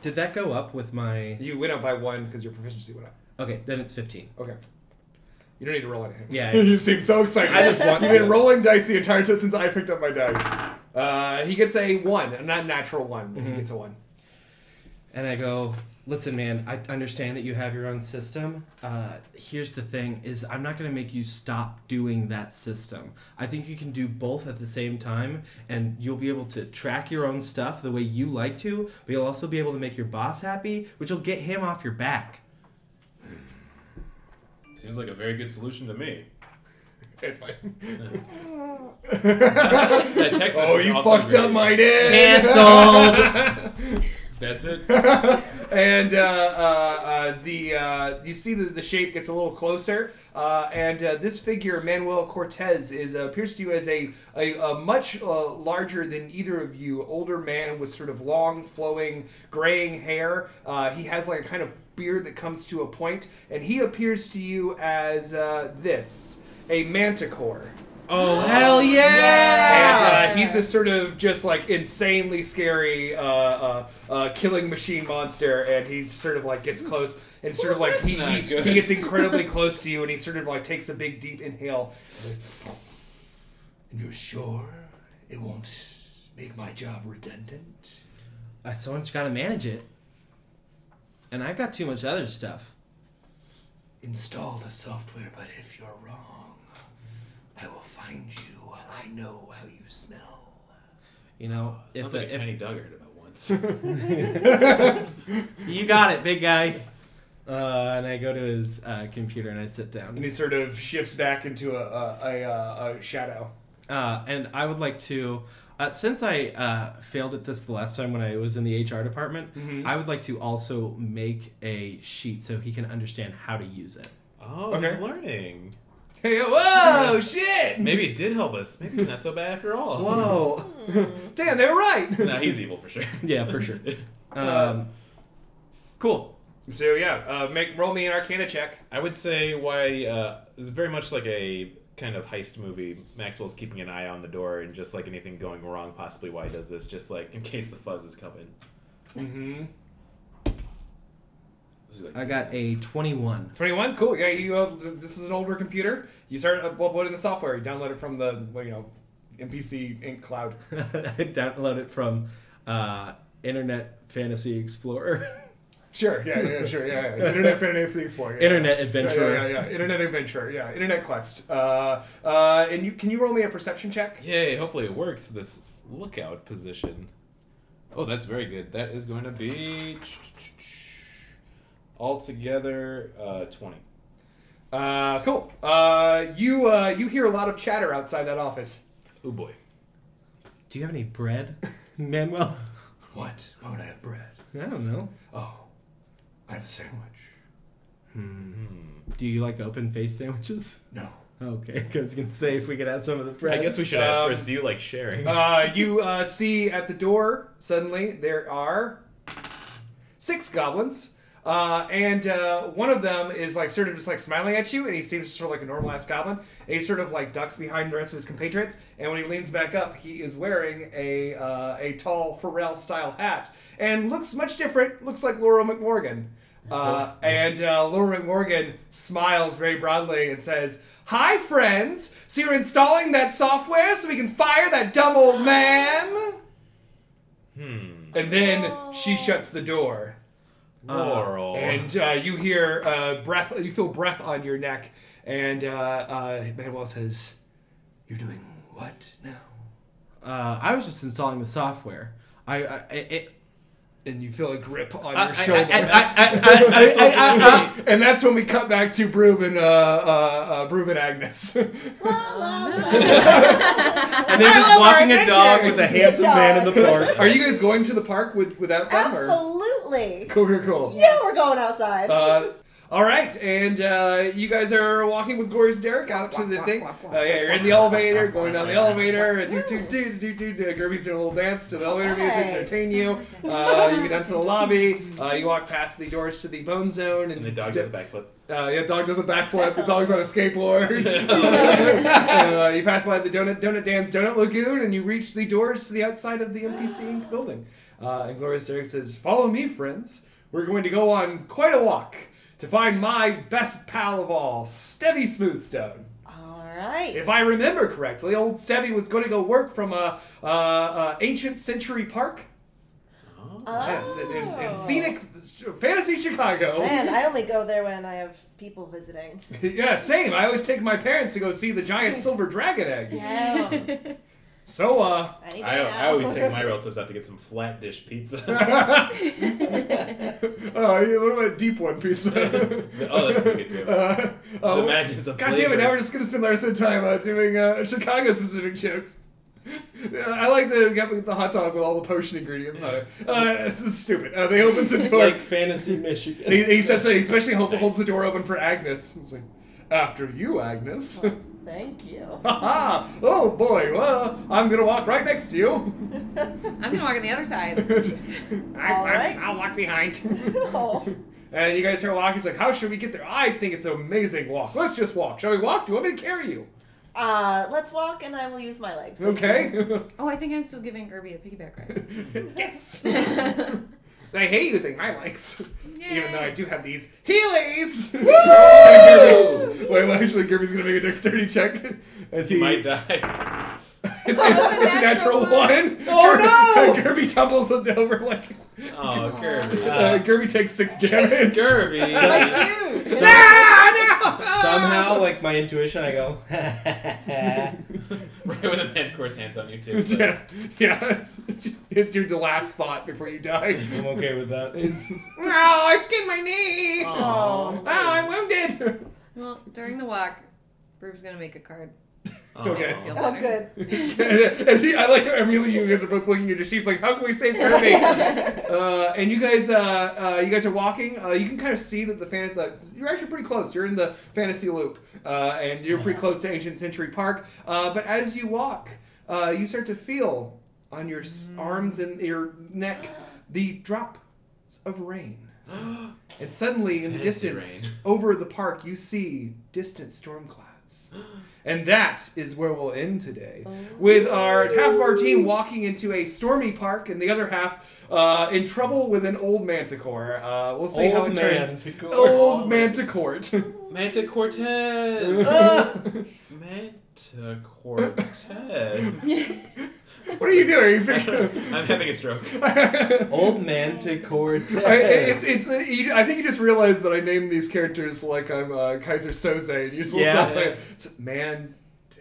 Speaker 6: did that go up with my?
Speaker 2: You went up by one because your proficiency went up.
Speaker 6: Okay, then it's fifteen.
Speaker 2: Okay. You don't need to roll anything.
Speaker 6: Yeah, I-
Speaker 2: you seem so excited.
Speaker 6: I just want
Speaker 2: You've been
Speaker 6: to.
Speaker 2: rolling dice the entire time since I picked up my die. Uh, he gets a one, a not natural one, but
Speaker 6: Mm-hmm.
Speaker 2: he gets a one.
Speaker 6: And I go, listen, man. I understand that you have your own system. Uh, here's the thing: is I'm not gonna make you stop doing that system. I think you can do both at the same time, and you'll be able to track your own stuff the way you like to. But you'll also be able to make your boss happy, which will get him off your back.
Speaker 5: Seems like a very good solution to me.
Speaker 2: It's fine.
Speaker 5: That text message
Speaker 2: oh, you
Speaker 5: also
Speaker 2: fucked
Speaker 5: great.
Speaker 2: up my day.
Speaker 6: Cancelled.
Speaker 5: That's it.
Speaker 2: and uh, uh, uh, the uh, you see the, the shape gets a little closer, uh, and uh, this figure Manuel Cortez is uh, appears to you as a a, a much uh, larger than either of you older man with sort of long flowing graying hair. Uh, he has like a kind of beard that comes to a point, and he appears to you as uh, this a manticore.
Speaker 6: Oh hell yeah!
Speaker 2: And uh, he's this sort of just like insanely scary uh, uh, uh, killing machine monster, and he sort of like gets close and sort of like he,
Speaker 5: That's
Speaker 2: he,
Speaker 5: not good.
Speaker 2: he gets incredibly close to you, and he sort of like takes a big deep inhale. And you're sure it won't make my job redundant?
Speaker 6: Uh, Someone's got to manage it, and I've got too much other stuff.
Speaker 2: Install the software, but if you're wrong, I will find you. I know how you smell.
Speaker 6: You know, if,
Speaker 5: Sounds
Speaker 6: the,
Speaker 5: like a
Speaker 6: if
Speaker 5: tiny dog I heard about once.
Speaker 6: you got it, big guy. Uh, and I go to his uh, computer and I sit down.
Speaker 2: And he sort of shifts back into a a, a, uh, a shadow.
Speaker 6: Uh, and I would like to, uh, since I uh, failed at this the last time when I was in the HR department,
Speaker 2: Mm-hmm.
Speaker 6: I would like to also make a sheet so he can understand how to use it.
Speaker 5: oh,
Speaker 2: Okay.
Speaker 5: he's learning.
Speaker 2: Hey, whoa, shit!
Speaker 5: Maybe it did help us. Maybe it's not so bad after all.
Speaker 6: Whoa!
Speaker 2: Damn, they were right.
Speaker 5: nah, he's evil for sure.
Speaker 6: yeah, for sure. Um, cool.
Speaker 2: So yeah, uh, make roll me an Arcana check.
Speaker 5: I would say why uh, it's very much like a kind of heist movie. Maxwell's keeping an eye on the door and just like anything going wrong, possibly why he does this, just like in case the fuzz is coming.
Speaker 2: Mm-hmm.
Speaker 5: This is like-
Speaker 6: I got a 21.
Speaker 2: Twenty-one. Cool. Yeah, you. Uh, this is an older computer. You start uploading the software. You download it from the well, you know, MPC Inc. cloud.
Speaker 6: I downloaded it from uh, Internet Fantasy Explorer.
Speaker 2: Sure. Yeah. Yeah. Sure. Yeah. yeah. Internet Fantasy Explorer. yeah.
Speaker 6: Internet
Speaker 2: Yeah,
Speaker 6: Adventurer.
Speaker 2: Yeah, yeah, yeah. Internet adventure. Yeah, internet quest. Uh, uh, and you can you roll me a perception check?
Speaker 5: Yay, hopefully it works. This lookout position. Oh, that's very good. That is going to be altogether uh, 20.
Speaker 2: Uh, cool. Uh, you uh, you hear a lot of chatter outside that office.
Speaker 5: Oh boy.
Speaker 6: Do you have any bread, Manuel?
Speaker 2: What? Why would I have bread?
Speaker 6: I don't know.
Speaker 2: Oh, I have a sandwich.
Speaker 6: Do you like open face sandwiches?
Speaker 2: No.
Speaker 6: Okay, 'cause I was gonna say if we could have some of the bread.
Speaker 5: I guess we should ask
Speaker 2: Um,
Speaker 5: first do you like sharing?
Speaker 2: Uh, you uh, see at the door suddenly there are six goblins. Uh, and uh, one of them is like sort of just like smiling at you, and he seems sort of like a normal ass goblin. And he sort of like ducks behind the rest of his compatriots. And when he leans back up, he is wearing a uh, a tall Pharrell style hat and looks much different. Looks like Laura McMorgan. Uh, and uh, Laura McMorgan smiles very broadly and says, "Hi, friends. So you're installing that software so we can fire that dumb old man." And then she shuts the door.
Speaker 5: Laurel.
Speaker 2: And uh, you hear uh, breath, you feel breath on your neck, and uh, uh, Manuel says, "You're doing what now?"
Speaker 6: Uh, I was just installing the software. I I I- it, Uh,
Speaker 2: And you feel a grip on
Speaker 6: I, I,
Speaker 2: your
Speaker 6: I,
Speaker 2: shoulder,
Speaker 6: I, I, I, I, I,
Speaker 2: and that's when we cut back to Broob and uh, uh, uh, Broob and Agnes. Oh,
Speaker 6: and they're just walking a dog with a
Speaker 7: adventures.
Speaker 6: handsome man in the park.
Speaker 2: Are you guys going to the park with without them? Or?
Speaker 7: Absolutely.
Speaker 2: Cool, cool, cool.
Speaker 7: Yeah, we're going outside.
Speaker 2: Uh, all right, and uh, you guys are walking with Gory's Derek out to the thing. Uh, yeah, you're in the elevator, going down the elevator, and do do do do do. do. Gerby's doing a little dance to the elevator music to
Speaker 7: Hey.
Speaker 2: entertain you. Uh, you get down to the lobby. Uh, you walk past the doors to the bone zone, and,
Speaker 5: And the dog does a backflip.
Speaker 2: Uh, yeah, dog does a backflip. The dog's on a skateboard. uh, you pass by the donut donut Dan's donut lagoon, and you reach the doors to the outside of the MPC Inc. building. Uh, and Gloria Sterling says, "Follow me, friends. We're going to go on quite a walk to find my best pal of all, Stevie Smoothstone."
Speaker 7: All right.
Speaker 2: If I remember correctly, old Stevie was going to go work from a, uh uh ancient century park. Yes, in, in, in
Speaker 7: Oh.
Speaker 2: scenic fantasy
Speaker 5: Oh.
Speaker 2: Chicago.
Speaker 7: Man, I only go there when I have people visiting.
Speaker 2: Yeah, same. I always take my parents to go see the giant silver dragon egg.
Speaker 7: Yeah.
Speaker 2: So, uh,
Speaker 7: I, need to
Speaker 5: I,
Speaker 7: get
Speaker 5: I
Speaker 7: out.
Speaker 5: always take my relatives out to get some flat dish pizza.
Speaker 2: oh, yeah, what about deep one pizza?
Speaker 5: oh, that's pretty good too.
Speaker 2: uh,
Speaker 5: the
Speaker 2: oh,
Speaker 5: madness of
Speaker 2: God damn
Speaker 5: flavor.
Speaker 2: it! Now we're just gonna spend the rest of the time uh, doing uh, Chicago specific jokes. Uh, I like to get the hot dog with all the potion ingredients on it. Uh, this is stupid. Uh, they opens the door.
Speaker 6: Like fantasy Michigan.
Speaker 2: And he, he steps in, he especially hol- holds the door open for Agnes. It's like, after you, Agnes.
Speaker 7: Thank you.
Speaker 2: Ah, oh boy, well, I'm gonna walk right next to you.
Speaker 3: I'm gonna walk on the other side.
Speaker 2: I,
Speaker 7: All right.
Speaker 2: will walk behind.
Speaker 7: Oh.
Speaker 2: and you guys start walking. He's like, how should we get there? I think it's an amazing walk. Let's just walk. Shall we walk? Do you want me to carry you?
Speaker 7: Uh, let's walk, and I will use my legs.
Speaker 2: Okay.
Speaker 3: Oh, I think I'm still giving Irby a piggyback ride.
Speaker 2: yes. I hate using my legs, even though I do have these heelys. Wait, well, actually, Kirby's gonna make a dexterity check as he,
Speaker 5: He might die.
Speaker 2: It's,
Speaker 3: Oh,
Speaker 2: it's a natural one.
Speaker 6: Oh,
Speaker 2: Kirby, Kirby tumbles over like
Speaker 5: Oh, Kirby.
Speaker 2: uh, Kirby takes six damage.
Speaker 5: Kirby.
Speaker 7: Dude,
Speaker 2: Ah, no!
Speaker 6: Somehow, like my intuition, I go.
Speaker 5: right when the man, of course, hands on you too. It's like,
Speaker 2: Yeah, yeah. It's, it's your last thought before you die.
Speaker 6: I'm okay with that.
Speaker 2: No, I skinned my knee. Oh,
Speaker 7: Oh.
Speaker 2: I'm wounded.
Speaker 3: Well, during the walk, Brube's gonna make a card.
Speaker 2: Okay.
Speaker 3: I feel
Speaker 7: Oh,
Speaker 3: better.
Speaker 7: good.
Speaker 2: As he, I like how immediately you guys are both looking at your sheets like, how can we save Kirby? uh, and you guys, uh, uh, you guys are walking. Uh, you can kind of see that the fan. Uh, you're actually pretty close. You're in the fantasy loop, uh, and you're pretty close to Ancient Century Park. Uh, but as you walk, uh, you start to feel on your s arms and your neck the drops of rain. and suddenly, in the
Speaker 5: Fantasy
Speaker 2: distance,
Speaker 5: rain.
Speaker 2: over the park, you see distant storm clouds. And that is where we'll end today, with our half of our team walking into a stormy park, and the other half uh, in trouble with an old manticore. Uh, we'll see how it
Speaker 6: Old
Speaker 2: turns.
Speaker 6: manticore.
Speaker 2: Old manticorte.
Speaker 5: Manta Cortez. Manta Cortez.
Speaker 2: what are you doing?
Speaker 5: I'm having a stroke.
Speaker 6: Old man to
Speaker 2: I,
Speaker 6: Cortez.
Speaker 2: it's, it's, uh, you, I think you just realized that I named these characters like I'm uh, Kaiser Soze. And you just
Speaker 6: Yeah.
Speaker 2: yeah. like, it's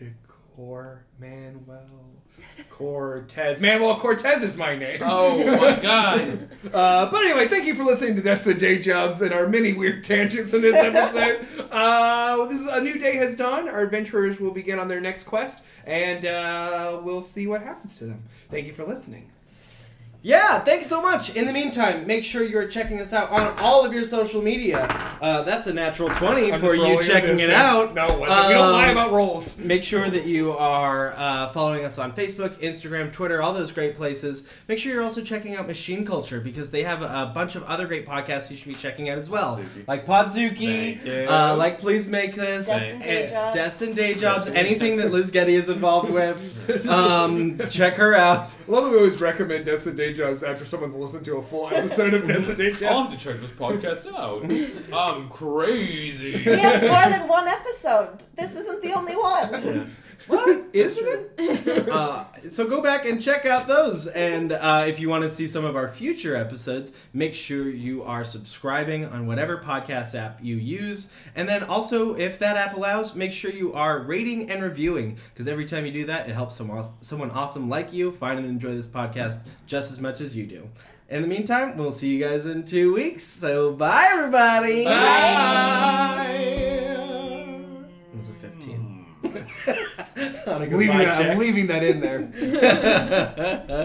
Speaker 2: manticore Manuel Cortez. Manuel Cortez is my name.
Speaker 5: Oh my god.
Speaker 2: Uh, but anyway, thank you for listening to That's the Day Jobs and our many weird tangents in this episode. uh, this is a new day has dawned. Our adventurers will begin on their next quest, and uh, we'll see what happens to them. Thank you for listening.
Speaker 6: yeah, thanks so much. In the meantime, make sure you're checking us out on all of your social media. Uh, that's a natural 20
Speaker 2: I'm
Speaker 6: for
Speaker 2: just
Speaker 6: you
Speaker 2: rolling
Speaker 6: checking
Speaker 2: this.
Speaker 6: it
Speaker 2: That's-
Speaker 6: out.
Speaker 2: No, it wasn't. we don't lie
Speaker 6: Um,
Speaker 2: about roles.
Speaker 6: Make sure that you are uh, following us on Facebook, Instagram, Twitter, all those great places. Make sure you're also checking out Machine Culture because they have a bunch of other great podcasts you should be checking out as well,
Speaker 5: Podzuki.
Speaker 6: like
Speaker 5: Thank you.
Speaker 6: Podzuki, uh, like Please Make This,
Speaker 7: Destin Day
Speaker 6: and-
Speaker 7: Jobs.
Speaker 6: Destin Day Jobs,
Speaker 5: Destin Day
Speaker 6: anything that Liz Getty is involved with. Um, check her out.
Speaker 2: I love that we always recommend Desk and Day Jobs after someone's listened to a full episode of Desk and Day Jobs.
Speaker 5: I'll have to check this podcast out. I'm crazy.
Speaker 7: We have more than one episode. This isn't the only one.
Speaker 2: What? Isn't it?
Speaker 6: Uh, so go back and check out those. And uh, if you want to see some of our future episodes, make sure you are subscribing on whatever podcast app you use. And then also, if that app allows, make sure you are rating and reviewing because every time you do that, it helps someone someone awesome like you find and enjoy this podcast just as much as you do. In the meantime, we'll see you guys in two weeks. So bye, everybody. It was a fifteen. on a
Speaker 2: I'm leaving,
Speaker 6: goodbye
Speaker 2: that,
Speaker 6: check.
Speaker 2: I'm leaving that in there.